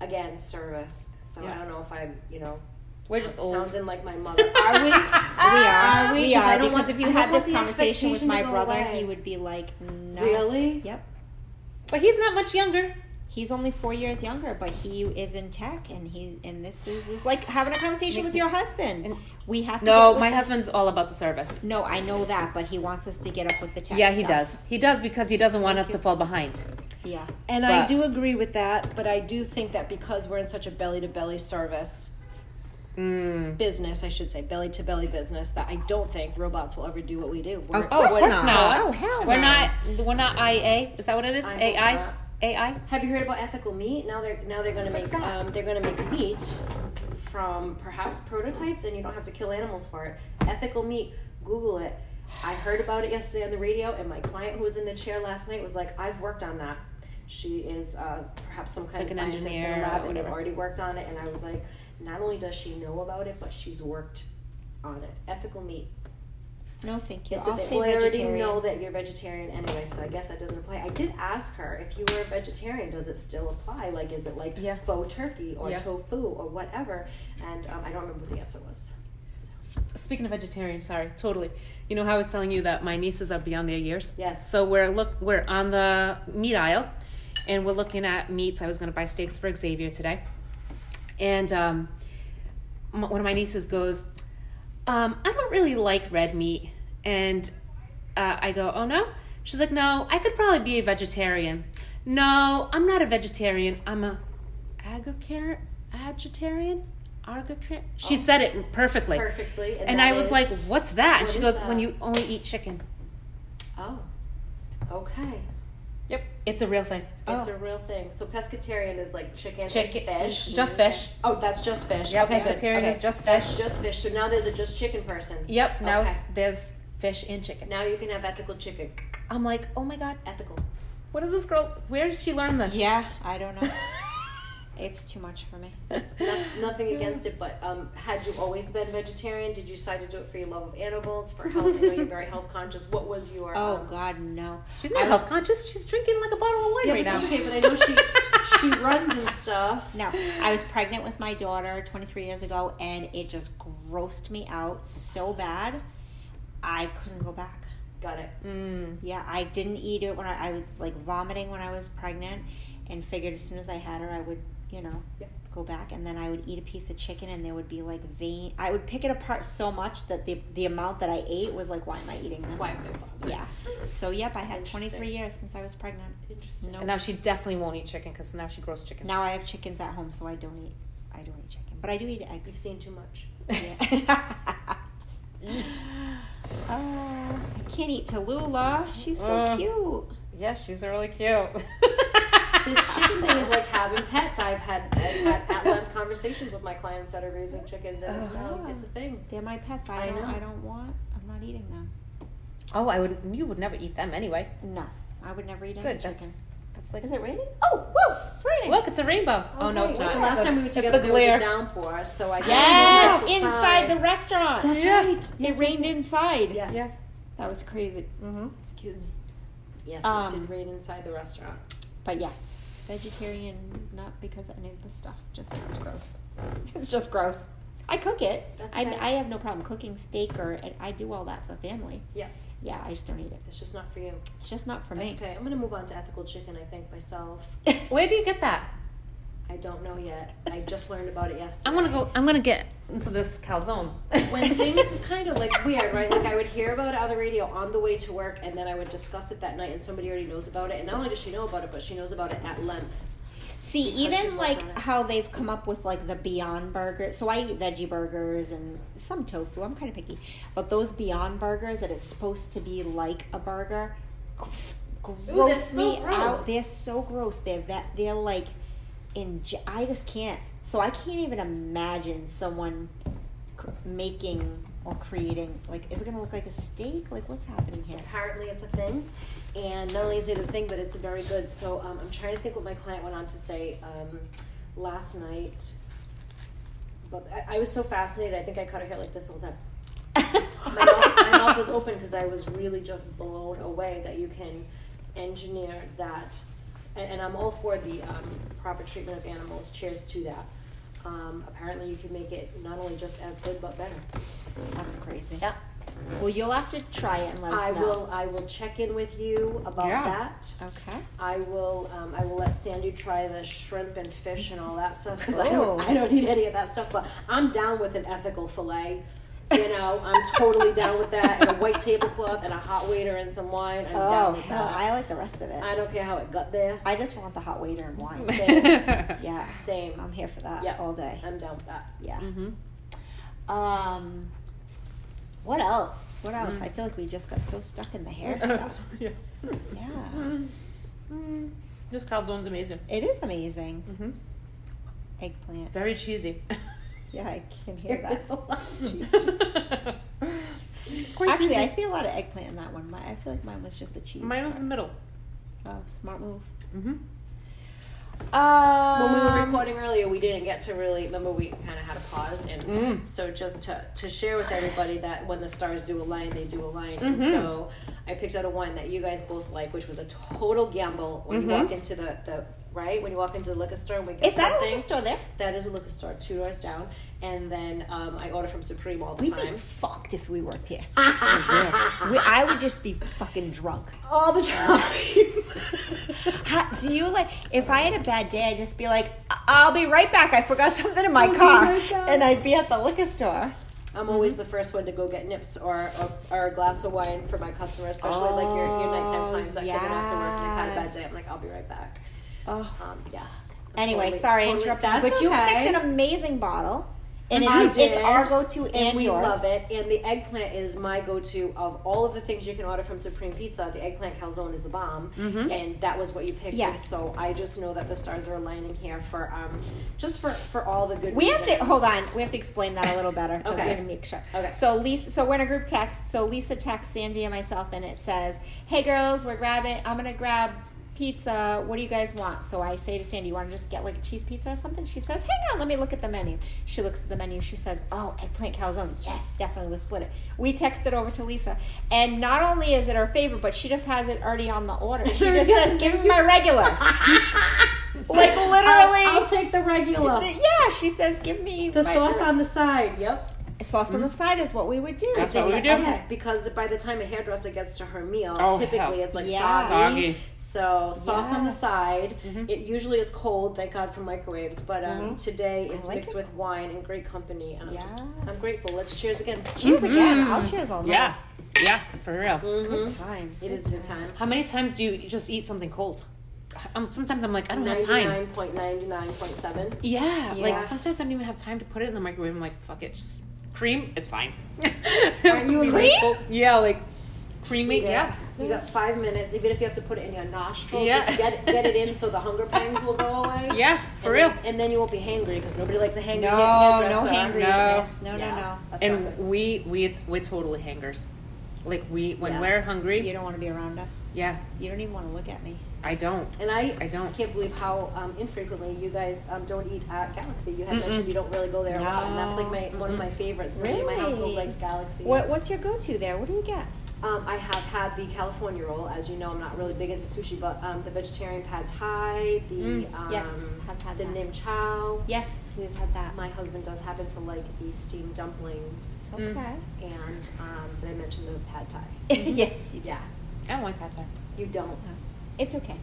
C: Again, service. So
B: Yeah.
C: I don't know if I'm, you know,
B: We're just old.
C: sounding like my mother. Are we?
A: We are.
C: Ah, Are we?
A: we
C: 'Cause I
A: are.
C: don't
A: Because
C: want-
A: if
C: I
A: you
C: don't
A: had
C: want
A: this
C: the
A: conversation with
C: expectation to
A: my
C: go
A: brother,
C: away.
A: he would be like, no.
C: Really?
A: Yep.
B: But he's not much younger.
A: He's only four years younger, but he is in tech, and he and this is, this is like having a conversation
B: Makes
A: with
B: me-
A: your husband.
B: and-
A: we have to get
B: No,
A: with
B: my
A: the-
B: husband's all about the service.
A: No, I know that, but he wants us to get up with the tech.
B: Yeah, he
A: stuff.
B: does. He does because he doesn't want us to fall behind.
A: Yeah,
C: And
B: But-
C: I do agree with that, but I do think that because we're in such a belly to belly service
B: Mm.
C: business, I should say, belly to belly business, that I don't think robots will ever do what we do. We're,
A: Of course
B: Of
A: not. Oh, hell
B: We're
A: no.
B: not. We're not IA. Is that what it is?
C: I hope
B: AI.
C: not.
B: AI.
C: Have you heard about ethical meat? Now they're now they're going to make um, they're going to make meat from perhaps prototypes, and you don't have to kill animals for it. Ethical meat. Google it. I heard about it yesterday on the radio, and my client who was in the chair last night was like, "I've worked on that." She is uh, perhaps some kind
B: Like
C: of
B: an
C: scientist
B: engineer
C: in a lab,
B: or
C: and had
B: whatever.
C: already worked on it. And I was like, "Not only does she know about it, but she's worked on it." Ethical meat.
A: no, thank you.
C: It's
A: I'll
C: a,
A: stay
C: well, I already
A: vegetarian.
C: know that you're vegetarian anyway, so I guess that doesn't apply. I did ask her if you were a vegetarian, does it still apply? Like, is it like
B: Yeah.
C: faux turkey or
B: Yeah.
C: tofu or whatever? And um, I don't remember what the answer was.
B: S- Speaking of vegetarian, sorry, totally. You know how I was telling you that my nieces are beyond their years.
C: Yes.
B: So we're look we're on the meat aisle, and we're looking at meats. I was going to buy steaks for Xavier today, and um, m- one of my nieces goes, um, "I don't really like red meat," and uh, I go, "Oh no." She's like, "No, I could probably be a vegetarian." No, I'm not a vegetarian. I'm a agricar- agitarian? Agricar- she
C: Oh.
B: said it perfectly.
C: perfectly.
B: And
C: that
B: I was
C: is-
B: like, what's that? And
C: What
B: she
C: is
B: goes,
C: that?
B: when you only eat chicken.
C: oh, okay.
B: Yep. It's a real thing.
C: It's
A: Oh.
C: a real thing. So pescatarian is like chicken,
B: Chicken, mm,
C: fish.
B: just fish.
C: Oh, that's just fish.
B: Yeah,
C: okay, good.
B: pescatarian
C: Okay.
B: is just
C: That's
B: fish.
C: just fish. So now there's a just chicken person.
B: Yep. Now it's,
C: Okay.
B: there's fish and chicken.
C: Now you can have ethical chicken.
B: I'm like, oh my god,
C: Ethical.
B: what is this girl? Where did she learn this?
A: Yeah, I don't know. It's too much for me.
C: No, nothing against it, but um, had you always been vegetarian? Did you decide to do it for your love of animals, for health? I know you're very health conscious. What was your?
A: Oh
C: um,
A: God, no.
B: She's
A: I
B: not
A: was-
B: health conscious. She's drinking like a bottle of wine
C: Yeah,
B: right
C: but
B: now.
C: that's okay. But I know she she runs and stuff.
A: No, I was pregnant with my daughter 23 years ago, and it just grossed me out so bad. I couldn't go back.
C: Got it.
B: Mm.
A: Yeah, I didn't eat it when I, I was like vomiting when I was pregnant, and figured as soon as I had her, I would, you know,
C: Yep.
A: go back, and then I would eat a piece of chicken, and there would be like vein. I would pick it apart so much that the the amount that I ate was like, why am I eating this?
C: Why am I bothered?
A: Yeah. So yep, I had
C: Interesting.
A: 23 years since I was pregnant.
C: Interesting.
A: No.
B: And now she definitely won't eat chicken because now she grows chickens.
A: Now I have chickens at home, so I don't eat. I don't eat chicken, but I do eat eggs.
C: You've seen too much.
A: Yeah. oh, I can't eat Tallulah. She's so
B: Uh.
A: cute.
B: yeah, she's really cute.
C: This chicken thing is like having pets. I've had I've had at length conversations with my clients that are raising chickens, and it's, um,
B: Oh.
A: Uh-huh.
C: it's a thing.
A: They're my pets. I,
C: I
A: don't.
C: know.
A: I don't want. I'm not eating them.
B: Oh, I would. You would never eat them anyway.
A: No, I would never eat any
B: Good.
A: chicken.
B: That's, that's like.
C: Is it raining? Oh, whoa! It's raining.
B: Look, it's a rainbow. Oh, no,
C: wait,
B: it's
C: when
B: not.
C: The last
B: It's the-
C: time we were
B: it's the
C: together, there was
B: glare.
C: a downpour, so I guess
A: Yes,
C: we missed a
A: inside
C: sign.
A: the restaurant.
C: That's
B: Yeah.
C: right.
A: it rained inside.
C: Yes.
B: Yeah.
A: that was crazy.
B: Mm-hmm.
A: Excuse me.
C: Yes,
A: Um,
C: it did rain inside the restaurant.
A: But yes, vegetarian, not because of any of the stuff. Just it's gross. It's just gross. I cook it.
C: That's
A: I,
C: okay.
A: I have no problem cooking steak or and I do all that for the family.
C: Yeah.
A: Yeah, I just don't eat it.
C: It's just not for you.
A: It's just not for
C: That's
A: me.
C: okay. I'm gonna move on to ethical chicken. I think myself.
B: Where do you get that?
C: I don't know yet. I just learned about it yesterday.
B: I'm gonna go. I'm gonna get into this calzone.
C: when things are kind of like weird, right? Like I would hear about it on the radio on the way to work, and then I would discuss it that night, and somebody already knows about it. And not only does she know about it, but she knows about it at length.
A: See,
C: Because she's
A: even
C: worked
A: like
C: on it.
A: how they've come up with like the Beyond Burger. So I eat veggie burgers and some tofu. I'm kind of picky, but those Beyond Burgers that it's supposed to be like a burger,
B: they're
A: gross
B: so
A: me
B: gross.
A: out. They're so gross. They're that they're like, in I just can't. So I can't even imagine someone cr- making or creating like is it gonna look like a steak? Like what's happening here?
C: Apparently, it's a thing, and not only is it a thing, but it's very good. So um, I'm trying to think what my client went on to say um, last night. But I, I was so fascinated. I think I cut her hair like this all the time. my mouth, my mouth was open because I was really just blown away that you can engineer that. And, and I'm all for the um, proper treatment of animals. Cheers to that. Um, apparently, you can make it not only just as good but better.
A: That's crazy.
C: Yeah,
A: Well, you'll have to try it and let us
C: I
A: know.
C: will. I will check in with you about
B: Yeah.
C: that.
A: Okay.
C: I will. Um, I will let Sandy try the shrimp and fish and all that stuff because I
A: Oh.
C: don't. I don't need any of that stuff. But I'm down with an ethical fillet. You know, I'm totally down with that. And a white tablecloth and a hot waiter and some wine. I'm down
A: Oh,
C: with
A: hell,
C: that.
A: I like the rest of it.
C: I don't care how it got there.
A: I just want the hot waiter and wine. yeah,
C: Same.
A: I'm here for that
C: Yeah.
A: all day.
C: I'm Mm. down with that.
A: Yeah.
B: mm-hmm.
A: Um, what else? What
C: Mm.
A: else? I feel like we just got so stuck in the hair stuff.
B: yeah.
A: yeah,
B: Mm. This calzone's amazing.
A: it is amazing.
B: Mm-hmm.
A: Eggplant.
B: Very cheesy.
A: Yeah, I can hear that.
C: It's a lot of cheese.
B: It's quite
A: Actually, I
B: cheesy.
A: see a lot of eggplant in that one. My, I feel like mine was just a cheese.
B: mine was in the middle.
A: Oh, smart move.
B: Mm-hmm.
A: Um,
C: when we were recording earlier, we didn't get to really remember. We kind of had a pause, and
B: Mm.
C: so just to, to share with everybody that when the stars do align, they do align. And
A: Mm-hmm.
B: Mhm.
C: so I picked out a wine that you guys both like, which was a total gamble when
B: Mhm.
C: you walk into the, the right when you walk into the liquor store and we get
A: Mm-hmm. is that a
C: something.
A: liquor store there?
C: That is a liquor store, two doors down. And then um, I order from Supreme all the
A: We'd be
C: time.
A: fucked if we worked here. we, I would just be fucking drunk.
C: All the time.
A: How, do you like if I had a bad day, I'd "Uh, just be like, "I- I'll be right back. I forgot something in my
C: I'll be
A: car,
C: right back.
A: and I'd be at the liquor store.
C: I'm always the first one to go get nips or, or, or a glass of wine for my customer, especially like your, your nighttime
A: Oh,
C: clients that come in after work and they've had a bad
A: yes.
C: day. I'm like, I'll be right back.
A: Oh.
C: Um, yes. I'm
A: Anyway,
C: totally-
A: sorry, I
C: totally-
A: interrupted you,
C: that's
A: but you
C: okay.
A: picked an amazing bottle, and
C: I
A: it's, it's
C: did.
A: our go-to and,
C: we
A: yours.
C: love it. And the eggplant is my go-to of all of the things you can order from Supreme Pizza. The eggplant calzone is the bomb, and that was what you picked.
A: Mm-hmm. Yes.
C: And so I just know that the stars are aligning here for um, just for for all the good.
A: We have to
C: reasons.
A: hold on. We have to explain that a little better because
C: Okay.
A: we have to make sure.
C: Okay.
A: So Lisa, so we're in a group text. So Lisa texts Sandy and myself, and it says, "Hey girls, we're grabbing. I'm gonna grab pizza. What do you guys want?" So I say to Sandy, "You want to just get like a cheese pizza or something?" She says, "Hang on, let me look at the menu." She looks at the menu. She says, "Oh, eggplant calzone. Yes, definitely. We'll split it." We text it over to Lisa, and not only is it her favorite, but she just has it already on the order. She just says, "Give me my regular." like literally.
C: I'll, I'll take the regular. The,
A: Yeah, she says, "Give me my
C: sauce on the side. Yep.
A: sauce on the side is what we would do.
D: That's what we do.
A: Okay.
C: Because by the time a hairdresser gets to her meal,
D: Oh,
C: typically
D: hell.
C: it's like
A: Yeah.
C: soggy.
D: Soggy.
C: So sauce on the
A: Yes. Mm-hmm.
C: side. It usually is cold, thank God for microwaves. But um, today it's
A: like
C: mixed
A: it.
C: with wine and great company. And I'm just
A: Yeah.
C: I'm grateful. Let's cheers again.
A: Cheers again. I'll cheers all night.
D: Yeah, yeah, for real.
A: Good times.
C: It is a good time.
D: How many times do you just eat something cold? Um, sometimes I'm like, I don't have time.
C: Ninety-nine point ninety-nine point seven.
D: Yeah, like
A: Yeah.
D: sometimes I don't even have time to put it in the microwave. I'm like, fuck it, just cream. It's fine.
C: Aren't you a
A: Cream?
D: Yeah, like
C: Just
D: creamy.
C: eat it.
D: Yeah.
C: You got five minutes, even if you have to put it in your nostril.
D: Yeah.
C: Just get, get it in so the hunger pangs will go away.
D: Yeah, for
C: and
D: real.
C: Then, and then you won't be hangry because nobody likes a hangry
A: No,
C: hand-
A: Oh, no
C: hairdresser.
A: hangriness. No, no,
C: Yeah,
A: no.
C: that's not
D: and
C: good.
D: we we we're totally hangers. Like we when
C: Yeah.
D: we're hungry.
A: You don't want to be around us.
D: yeah,
A: You don't even want to look at me.
D: I don't.
C: And I,
D: I don't.
C: can't believe how um, infrequently you guys um, don't eat at Galaxy. You had mentioned you don't really go there a lot, and that's like my one of my favorites. Nobody in my household
A: Really?
C: likes Galaxy.
A: What, what's your go-to there? What do you get?
C: Um, I have had the California roll. As you know, I'm not really big into sushi, but um, the vegetarian pad thai, the um,
A: Mm, yes, have had
C: the
A: that.
C: nim chow.
A: Yes, we've had that.
C: My husband does happen to like the steamed dumplings,
D: Mm.
A: Okay.
C: and um, did I mention the pad thai?
A: yes, you do.
C: Yeah,
D: I like that time.
C: you don't.
A: It's okay.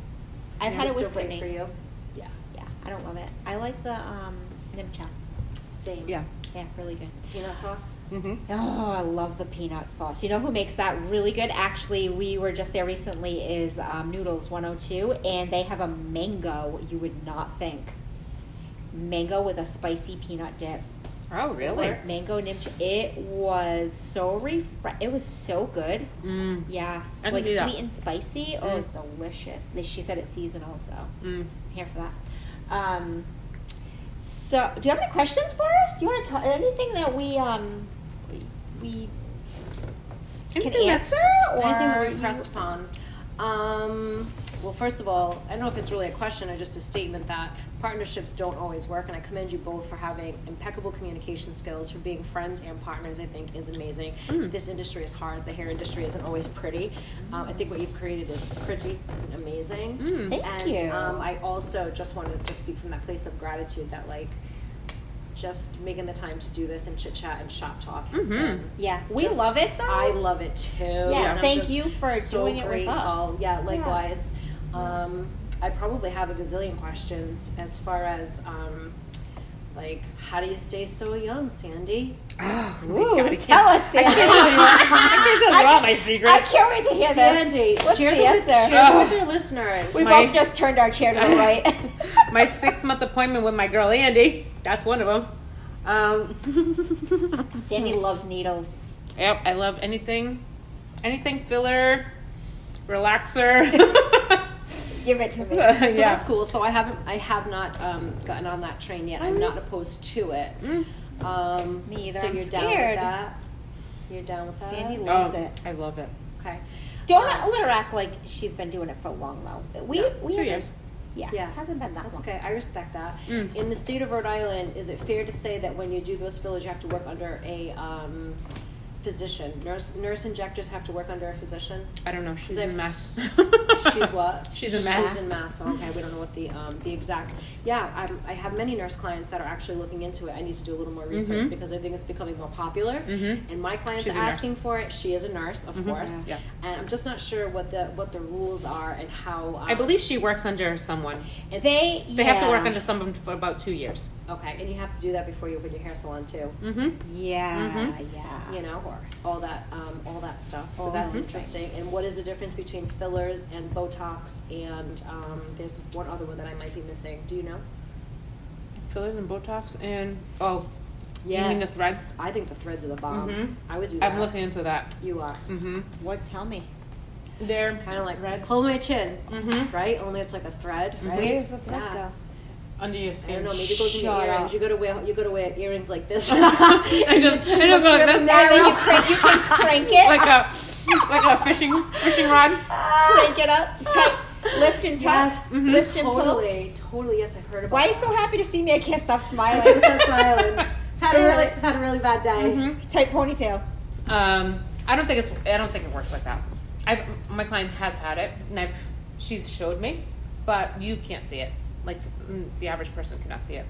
A: I've
C: And
A: had it
C: it's
A: with
C: still great
A: Brittany.
C: for you. Yeah,
A: Yeah, I don't love it. I like the um, nim chow.
C: same.
D: Yeah.
A: Yeah, really good.
C: peanut sauce.
D: Mm-hmm.
A: Oh, I love the peanut sauce. You know who makes that really good? Actually, we were just there recently. Is um, Noodles One Hundred Two, and they have a mango. You would not think mango with a spicy peanut dip.
D: Oh really?
C: Works.
A: Mango nim. ch- It was so refresh. It was so good.
D: Mm.
A: Yeah, s-
D: I can
A: like
D: do
A: sweet
D: that. Mm-hmm.
A: and spicy. Oh, it's delicious. They- She said it's seasonal, so
D: Mm.
A: I'm here for that. Um, so, do you have any questions for us? Do you want to talk anything that we um we- we
D: Anything that's-
A: or
C: anything we're
A: you-
C: impressed upon? Um, well, first of all, I don't know if it's really a question or just a statement that partnerships don't always work, and I commend you both for having impeccable communication skills, for being friends and partners. I think is amazing.
A: Mm.
C: This industry is hard. The hair industry isn't always pretty. Um, I think what you've created is pretty and amazing.
A: Mm, Thank
C: and,
A: you.
C: Um, I also just wanted to just speak from that place of gratitude that like. Just making the time to do this and chit chat and shop talk has
A: Mm-hmm.
C: been
A: yeah, we
C: just-
A: love it though.
C: I love it too.
A: Yeah,
C: And I'm
A: thank
C: just
A: you for
C: so
A: doing it with
C: grateful.
A: us.
C: Yeah, likewise. Um, I probably have a gazillion questions as far as um, like how do you stay so young, Sandy?
D: Oh, my
A: Ooh,
D: God, I can't-
A: tell us,
D: I can't
A: Sarah.
D: tell you all- I can't tell you all my
A: I
D: secrets.
A: can't wait to hear this.
C: Sandy,
A: What's
C: share
A: the
C: them with,
A: answer?
C: share them with
D: Ugh.
C: your listeners.
A: We
D: My-
A: both just turned our chair to the right.
D: my six month appointment with my girl Andy. That's one of them. Um,
A: Sandy loves needles.
D: yep, I love anything, anything filler, relaxer.
A: Give it to me.
D: yeah,
C: so that's cool. So I haven't, I have not um, gotten on that train yet. I'm not opposed to it. Um,
A: Me either.
C: So
A: I'm
C: you're down with
A: scared.
C: that. You're down with that.
A: Sandy
D: Oh,
A: loves it.
D: I love it.
C: Okay.
A: Don't let her act like she's been doing it for long though. We
C: No,
A: we
D: two
A: haven't-
D: years.
A: Yeah,
C: Yeah.
A: hasn't been that
C: That's
A: long.
C: okay. I respect that.
D: Mm.
C: In the state of Rhode Island, is it fair to say that when you do those fillers, you have to work under a um, physician? Nurse nurse injectors have to work under a physician.
D: I don't know. She's
C: Like,
D: a mess.
C: She's what?
D: She's a mess.
C: She's in mass. Okay, we don't know what the um, the exact. Yeah, I'm, I have many nurse clients that are actually looking into it. I need to do a little more research
D: Mhm.
C: because I think it's becoming more popular. And my clients
D: Mm-hmm. She's
C: are
D: a nurse. Mm-hmm.
C: asking for it. She is a nurse, of course.
D: Yeah.
C: And I'm just not sure what the what the rules are and how. Um,
D: I believe she works under someone.
A: They
D: They have to work
A: yeah.
D: under someone for about two years.
C: um, Okay, and you have to do that before you open your hair salon too.
B: Mm-hmm.
A: Yeah, yeah.
C: You know,
A: of course.
C: all that, um, all that stuff. So
A: All
C: that's
A: those
C: interesting. And what is the difference between fillers and Botox? And um, there's one other one that I might be missing. Do you know?
B: Fillers and Botox and oh, you mean the threads?
C: I think the threads are the bomb.
B: Mhm.
C: I would do that.
B: I'm looking into that.
C: You are
B: Mm-hmm.
A: What? Tell me.
B: They're
C: kind of like
B: Threads.
C: hold my chin,
B: mm-hmm.
C: right? Only it's like a thread. Right?
A: Where does the thread
C: Yeah.
A: go?
B: under your
C: I don't
B: skin.
C: know. Maybe it goes in your
A: Shut
C: earrings.
A: up.
C: You gotta wear you gotta wear earrings like this.
B: I just should have
A: Now
B: gone this
A: that you
B: narrow.
A: crank, you can crank it.
B: like a like a fishing fishing rod.
A: crank it up, tight, lift and tuck,
C: Yes, Mm-hmm.
A: lift and pull.
C: totally, totally. Yes, I've heard about.
A: Why are you
C: that.
A: so happy to see me? I can't stop
C: I'm
A: smiling.
C: so smiling. Had a really had a really bad day.
B: Mm-hmm.
A: Tight ponytail.
B: Um, I don't think it's. I don't think it works like that. I've my client has had it, and I've she's showed me, but you can't see it. Like mm, the average person cannot see it.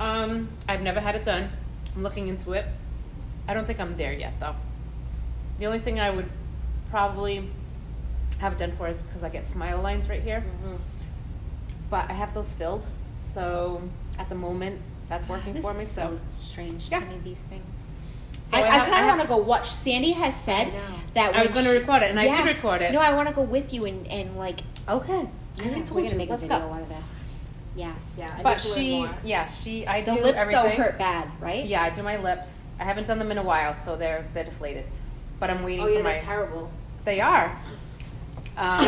B: Um, I've never had it done. I'm looking into it. I don't think I'm there yet, though. The only thing I would probably have it done for is because I get smile lines right
C: Mm-hmm.
B: here, but I have those filled. So at the moment, that's working for me. So,
A: strange.
B: Yeah.
A: many of these things.
B: so
A: I, I,
B: have-
A: kind of
B: have-
A: want to go watch. Sandy has said
C: know.
A: that
B: I was
A: when
B: going to
A: she-
B: record it, and I
A: Yeah.
B: did record it.
A: No, I want to go with you and, and like.
B: okay.
A: I already
B: told
A: we're gonna
B: you.
A: make
B: Let's
A: a video
B: go.
A: out of this. Yes.
C: Yeah, I need
B: But
C: to learn
B: she,
C: more.
B: yeah, she, I
A: The
B: do
A: lips
B: everything.
A: though hurt bad, right?
B: Yeah, I do my lips. I haven't done them in a while, so they're they're deflated. But I'm waiting
C: Oh
B: for
C: yeah,
B: my.
C: they're terrible.
B: they are.
A: You
B: Um,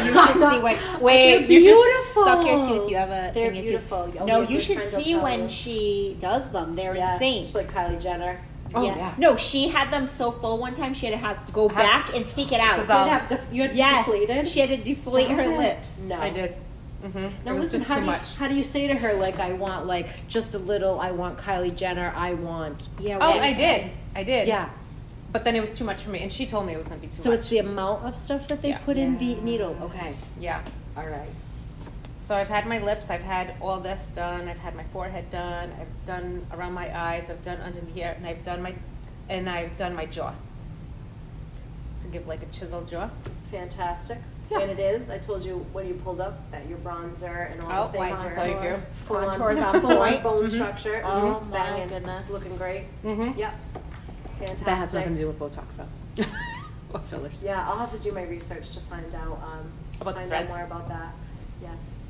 A: should see what.
B: wait,
A: you should
B: Should,
A: suck your tooth. You have
C: They're
A: a. thing in your tooth.
C: beautiful. Oh,
A: No,
C: yeah,
A: you
C: your
A: should
C: friend will
A: see
C: tell
A: when
C: you.
A: she does them. They're
C: Yeah,
A: insane.
C: She's like Kylie Jenner.
B: oh yeah.
A: No, she had them so full one time she had to have to go
B: Have-
A: back and take it out.
B: Because I'll-
C: You had, def- you had
A: yes.
C: deflated.
A: She had to deflate
C: Stop
A: her
C: it.
A: lips.
C: No,
B: I did. Mm-hmm.
C: Now
B: it was
C: listen,
B: just
C: how
B: too
C: do you,
B: much.
C: How do you say to her like, "I want like just a little. I want Kylie Jenner. I want."
A: Yeah.
B: Oh,
A: well,
B: I did. I did.
C: Yeah.
B: But then it was too much for me, and she told me it was going to be too
C: So
B: much.
C: it's the amount of stuff that they
B: Yeah.
C: put in the
A: Yeah.
C: needle. Okay.
B: yeah.
C: All right.
B: So I've had my lips, I've had all this done, I've had my forehead done, I've done around my eyes, I've done under here, and I've done my, and I've done my jaw. To give like a chiseled jaw.
C: Fantastic.
B: Yeah.
C: And it is. I told you when you pulled up that your bronzer and all
B: Oh,
C: the things
B: why
C: are
B: thank you.
C: full on,
A: Contours on
C: full on
A: point.
C: bone structure.
A: Oh
C: Mhm, it's
A: my
C: banging.
A: goodness.
C: It's looking great.
B: Mm-hmm.
C: Yep. Fantastic.
B: That has nothing to do with Botox though, or fillers.
C: Yeah, I'll have to do my research to find out um, to
B: About the
C: find out
B: threads?
C: more about that. Yes.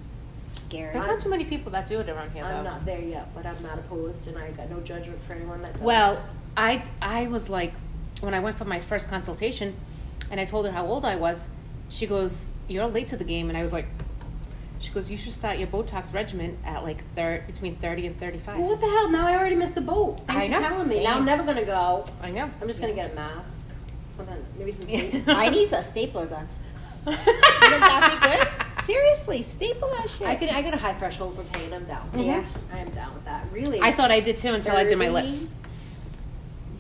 A: Scary.
B: There's not too many people that do it around here
C: I'm
B: though.
C: not there yet, but I'm not opposed, and I got no judgment for anyone that does.
B: Well, I I was like, when I went for my first consultation, and I told her how old I was, she goes, "You're late to the game," and I was like, she goes, "You should start your Botox regimen at like thir- between thirty and thirty-five.
C: Well, what the hell? Now I already missed the boat. Thanks
B: I
C: for
B: know,
C: telling me.
B: same.
C: Now I'm never gonna go.
B: I know.
C: I'm just gonna get a mask, something, maybe some tape.
A: I need a stapler gun. Wouldn't that be good? Seriously, staple that shit.
C: I can. I got a high threshold for pain. I'm down.
A: Yeah.
C: I am down with that. Really,
B: I thought I did too until I did my lips.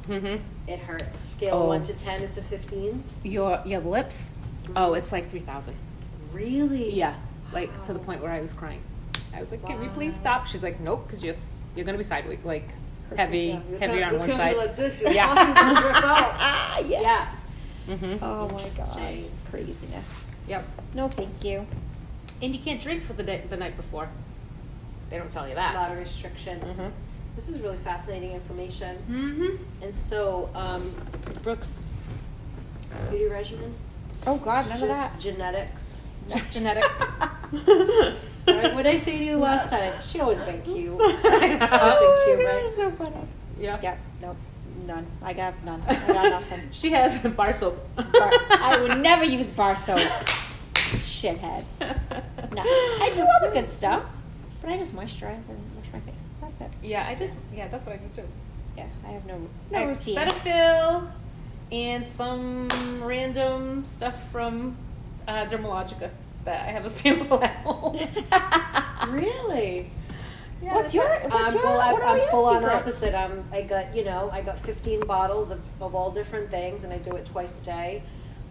B: hmm
C: it hurts. Scale
B: Oh.
C: one to ten, it's a fifteen.
B: Your your lips. Oh, it's like three thousand.
C: Really?
B: Yeah, like to the point where I was crying. I was like, "Can we please stop?" She's like, "Nope, because you're s- you're gonna be sideways, like heavy,
C: Yeah, you
B: heavier
C: can't-
B: on
C: you
B: one
C: can't
B: side."
C: be Like this. You're
B: Yeah.
C: fucking drip out.
A: Ah, yeah.
C: Yeah.
B: hmm
A: Oh my god.
C: Interesting.
A: Craziness.
B: Yep.
A: No, thank you.
B: And you can't drink for the day, the night before. They don't tell you
C: A
B: that.
C: lot of restrictions.
A: Mm-hmm.
B: Mhm.
C: This is really fascinating information.
B: Mm-hmm.
C: And so, um,
B: Brooks,
C: beauty regimen.
A: Oh god, none
C: just
A: of that.
C: genetics.
B: that's genetics. Mm-hmm.
C: Right? What did I say to you last time? She always been cute.
A: Oh
C: cute,
A: my
C: right?
A: god, it's so funny.
B: yeah.
A: Yep, nope, none. I got none. I got nothing.
B: she has bar soap.
A: Bar- I would never use bar soap. Shithead. No, I do all the good stuff, but I just moisturize and wash my face. That's it.
B: Yeah, I just yeah, that's what I do too.
A: Yeah, I have no no
B: I have
A: routine.
B: Cetaphil and some random stuff from uh, Dermalogica that I have a sample at home.
C: Really?
B: Yeah,
A: What's
B: that's
A: your-
B: it.
C: Um,
A: What's your-
C: well, I'm,
A: what are
C: I'm
A: your
C: full on
A: secrets?
C: opposite. Um, I got you know I got 15 bottles of, of all different things, and I do it twice a day.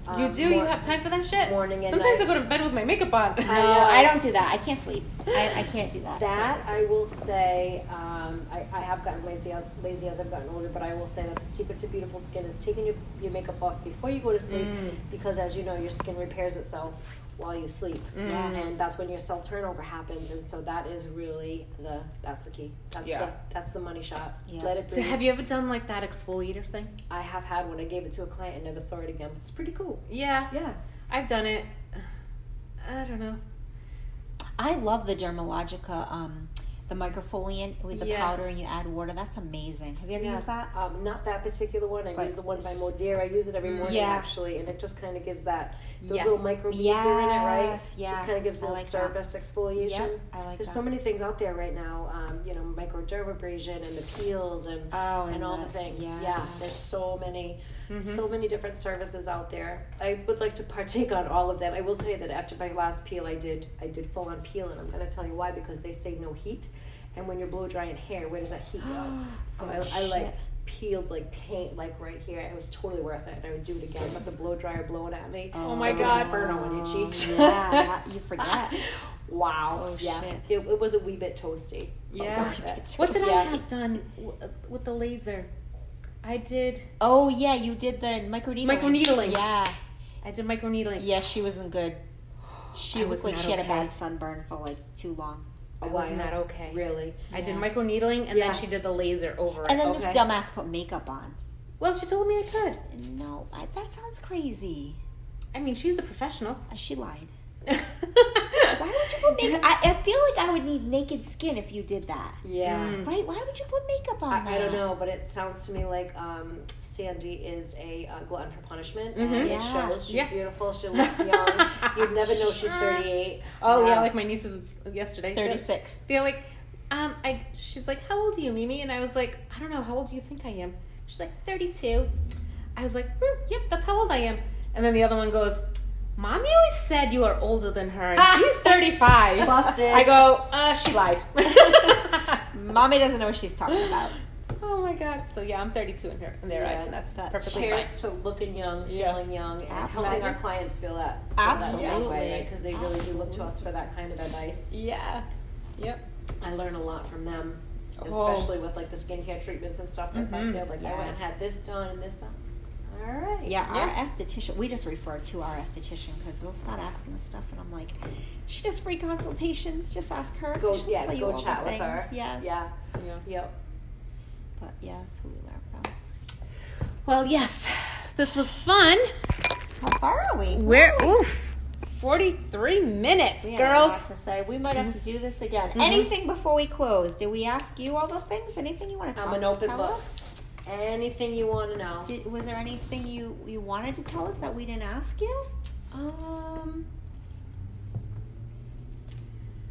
C: Um,
B: You do? you
C: mor-
B: have time for that shit?
C: morning and
B: Sometimes
C: night.
B: I go to bed with my makeup on.
A: No, I don't do that. I can't sleep. I, I can't do that.
C: That I will say, um, I, I have gotten lazy, as- lazy as I've gotten older, but I will say that the secret to beautiful
B: Mm.
C: skin is taking your, your makeup off before you go to sleep, because as you know, your skin repairs itself while you sleep,
A: Yes.
C: and that's when your cell turnover happens. And so that is really the that's the key. That's
B: Yeah.
C: the that's the money shot.
A: Yeah.
C: Let it
B: So
C: breathe.
B: have you ever done like that exfoliator thing?
C: I have had one. I gave it to a client and never saw it again. It's pretty cool.
B: Yeah,
C: Yeah.
B: I've done it. I don't know.
A: I love the Dermalogica, um, the microfoliant with the
B: Yeah.
A: powder and you add water. That's amazing. Have you ever
C: Yes.
A: used that?
C: Um, not that particular one. I
A: But
C: use the one by
A: s-
C: Modere. I use it every morning
A: Yeah.
C: actually, and it just kind of gives that those
B: Yes.
C: little micro beads are in it, right?
A: Yes, yeah.
C: Just kind of gives a
A: I
C: little
A: like that.
C: surface exfoliation.
A: Yep, I like
C: There's
A: that.
C: so many things out there right now. Um, you know, microdermabrasion and the peels and
A: Oh,
C: and,
A: and
C: all the,
A: the-
C: things.
A: yeah.
C: there's so many,
A: Mm-hmm.
C: so many different services out there. I would like to partake on all of them. I will tell you that after my last peel, I did I did full on peel, and I'm going to tell you why because they say no heat, and when you're blow drying hair, where does that heat go? so
A: Oh,
C: I, I like
A: shit.
C: peeled like paint like right here. It was totally worth it, and I would do it again. But the blow dryer blowing at me.
A: Oh,
C: it's like an
A: God. Oh,
C: inferno on your cheeks.
A: Yeah, that- you forget.
C: wow.
A: Oh,
C: yeah.
A: shit. Oh,
C: It, it was a wee bit toasty. but
B: Yeah.
C: worth it.
B: What did
C: Oh, Yeah.
B: I have done w- uh, with the laser? I did.
A: Oh yeah, you did the microneedling.
B: Microneedling.
A: Yeah,
B: I did microneedling.
A: yeah. She wasn't good. She
B: I
A: looked
B: was
A: like
B: not
A: she had a
B: okay.
A: bad sunburn for like too long.
B: I was not okay.
C: Really?
B: I did
A: Yeah.
B: microneedling, and
C: Yeah.
B: then she did the laser over
A: And
B: it.
A: then
C: Okay.
A: this dumbass put makeup on.
B: Well, she told me I could.
A: No, I, that sounds crazy.
B: I mean, she's the professional.
A: Uh, She lied.
B: Why
A: Why would you put makeup? I, I feel like I would need naked skin if you did that.
C: Yeah.
B: Mm.
A: Right? Why would you put makeup on?
C: I, I don't
A: that?
C: know, but it sounds to me like um, Sandy is a uh, glutton for punishment,
B: Mhm.
C: and
A: Mm-hmm. Yeah.
C: it shows. She's
B: Yeah.
C: beautiful. She looks young. You'd never know she's Um, 38.
B: Oh yeah,
C: Wow.
B: like my nieces yesterday. They're-
A: Thirty-six.
B: They're like, um, I. She's like, how old are you, Mimi? And I was like, I don't know. How old do you think I am? She's like, thirty-two. I was like, hmm, yep, that's how old I am. And then the other one goes, Mommy always said you are older than her. And she's thirty-five.
C: Busted.
B: I go, uh, she lied.
A: Mommy doesn't know what she's talking about.
B: oh my god. So yeah, I'm thirty-two in her in their
C: Yeah,
B: eyes, and that's,
A: that's
B: perfectly
C: Cheers
B: fine.
C: to looking young,
B: Yeah.
C: feeling young, and helping
A: Absolutely.
C: our clients feel that feel that same
A: Absolutely.
C: way, Because they really do look to us for that kind of advice.
B: Yeah. Yep.
C: I learn a lot from them,
B: Oh.
C: especially with like the skincare treatments and stuff that's out
B: Mhm.
C: there. Like I went
A: Mm-hmm. Yeah.
C: and had this done and this done. All right.
A: Yeah, our
B: Yeah.
A: esthetician. We just referred to our esthetician because they'll start asking us stuff, and I'm like, she does free consultations. Just ask her.
C: Go
A: She'll
C: yeah.
A: tell you
C: Go
A: all the
C: chat with
A: things.
C: her.
A: Yes.
C: Yeah.
B: Yeah.
C: Yep.
A: But yeah, that's who we learn from.
B: Well, yes, this was fun.
A: How far are we?
B: We're oof, forty-three minutes,
A: We have a lot
B: girls.
A: to say. We might have to
C: Mm-hmm.
A: do this again. Anything before we close? Did we ask you all the things? Anything you want to
C: I'm
A: tell,
C: an open
A: tell
C: book.
A: us?
C: Anything you want to know.
A: Did, was there anything you, you wanted to tell us that we didn't ask you?
C: Um.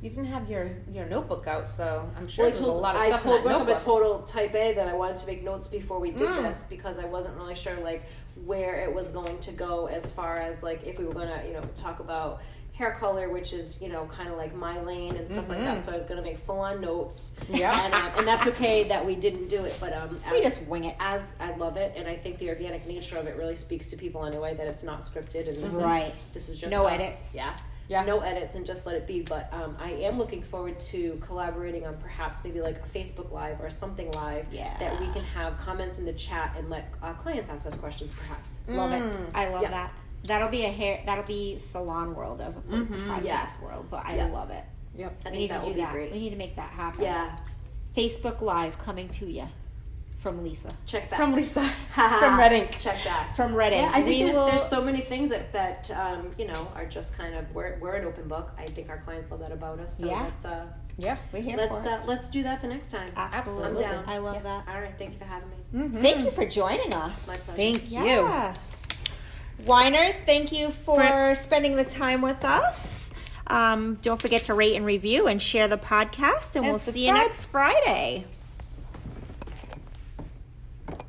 B: You didn't have your your notebook out, so I'm sure
C: Well, I
B: there's a
C: told,
B: lot of
C: I
B: stuff
C: told
B: in that
C: Brooke I'm a
B: notebook.
C: total type A that I wanted to make notes before we did
B: Mm.
C: this because I wasn't really sure like where it was going to go as far as like if we were gonna you know talk about hair color, which is you know kind of like my lane and stuff like that.
B: Mhm.
C: So I was gonna make full on notes.
B: Yeah.
C: and, um, and that's okay that we didn't do it, but um,
A: We
C: as-
A: just wing it.
C: as I love it, and I think the organic nature of it really speaks to people anyway that it's not scripted and this
A: Right.
C: is this is just
A: No
C: us.
A: edits.
C: Yeah,
B: Yeah.
C: no edits, and just let it be. But um, I am looking forward to collaborating on perhaps maybe like a Facebook Live or something live
A: Yeah.
C: that we can have comments in the chat and let our clients ask us questions perhaps.
A: Love it.
B: Mm.
A: I love
C: Yeah.
A: that. That'll be a hair. That'll be salon world as opposed to podcast
C: Mm-hmm. Yeah.
A: world. But I
C: Yeah.
A: love it.
B: Yep.
C: I
A: we
C: think
A: need
C: that
A: to
C: will
A: do
C: be
A: that. We
C: great.
A: need to make that happen.
C: Yeah,
A: Facebook Live coming to you from Lisa
C: check that
B: From Lisa. from Red Ink.
C: Check that.
A: from Reddit.
C: Yeah, I think
A: we
C: there's,
A: will.
C: there's so many things that that um, you know are just kind of we're, we're an open book. I think our clients love that about us. So
A: Yeah.
C: let's uh,
B: Yeah.
A: we're here
C: let's
A: for it.
C: uh, let's do that the next time.
A: Absolutely.
C: I'm down.
A: I love
B: Yeah.
A: that.
C: All right, thank you for having me.
A: Thank you for joining us.
C: Mm-hmm. My pleasure.
B: Thank you.
A: Yes. Winers, thank you for, spending the time with us. Um, don't forget to rate and review and share the podcast,
B: And
A: and, we'll see you
B: subscribe.
A: next Friday.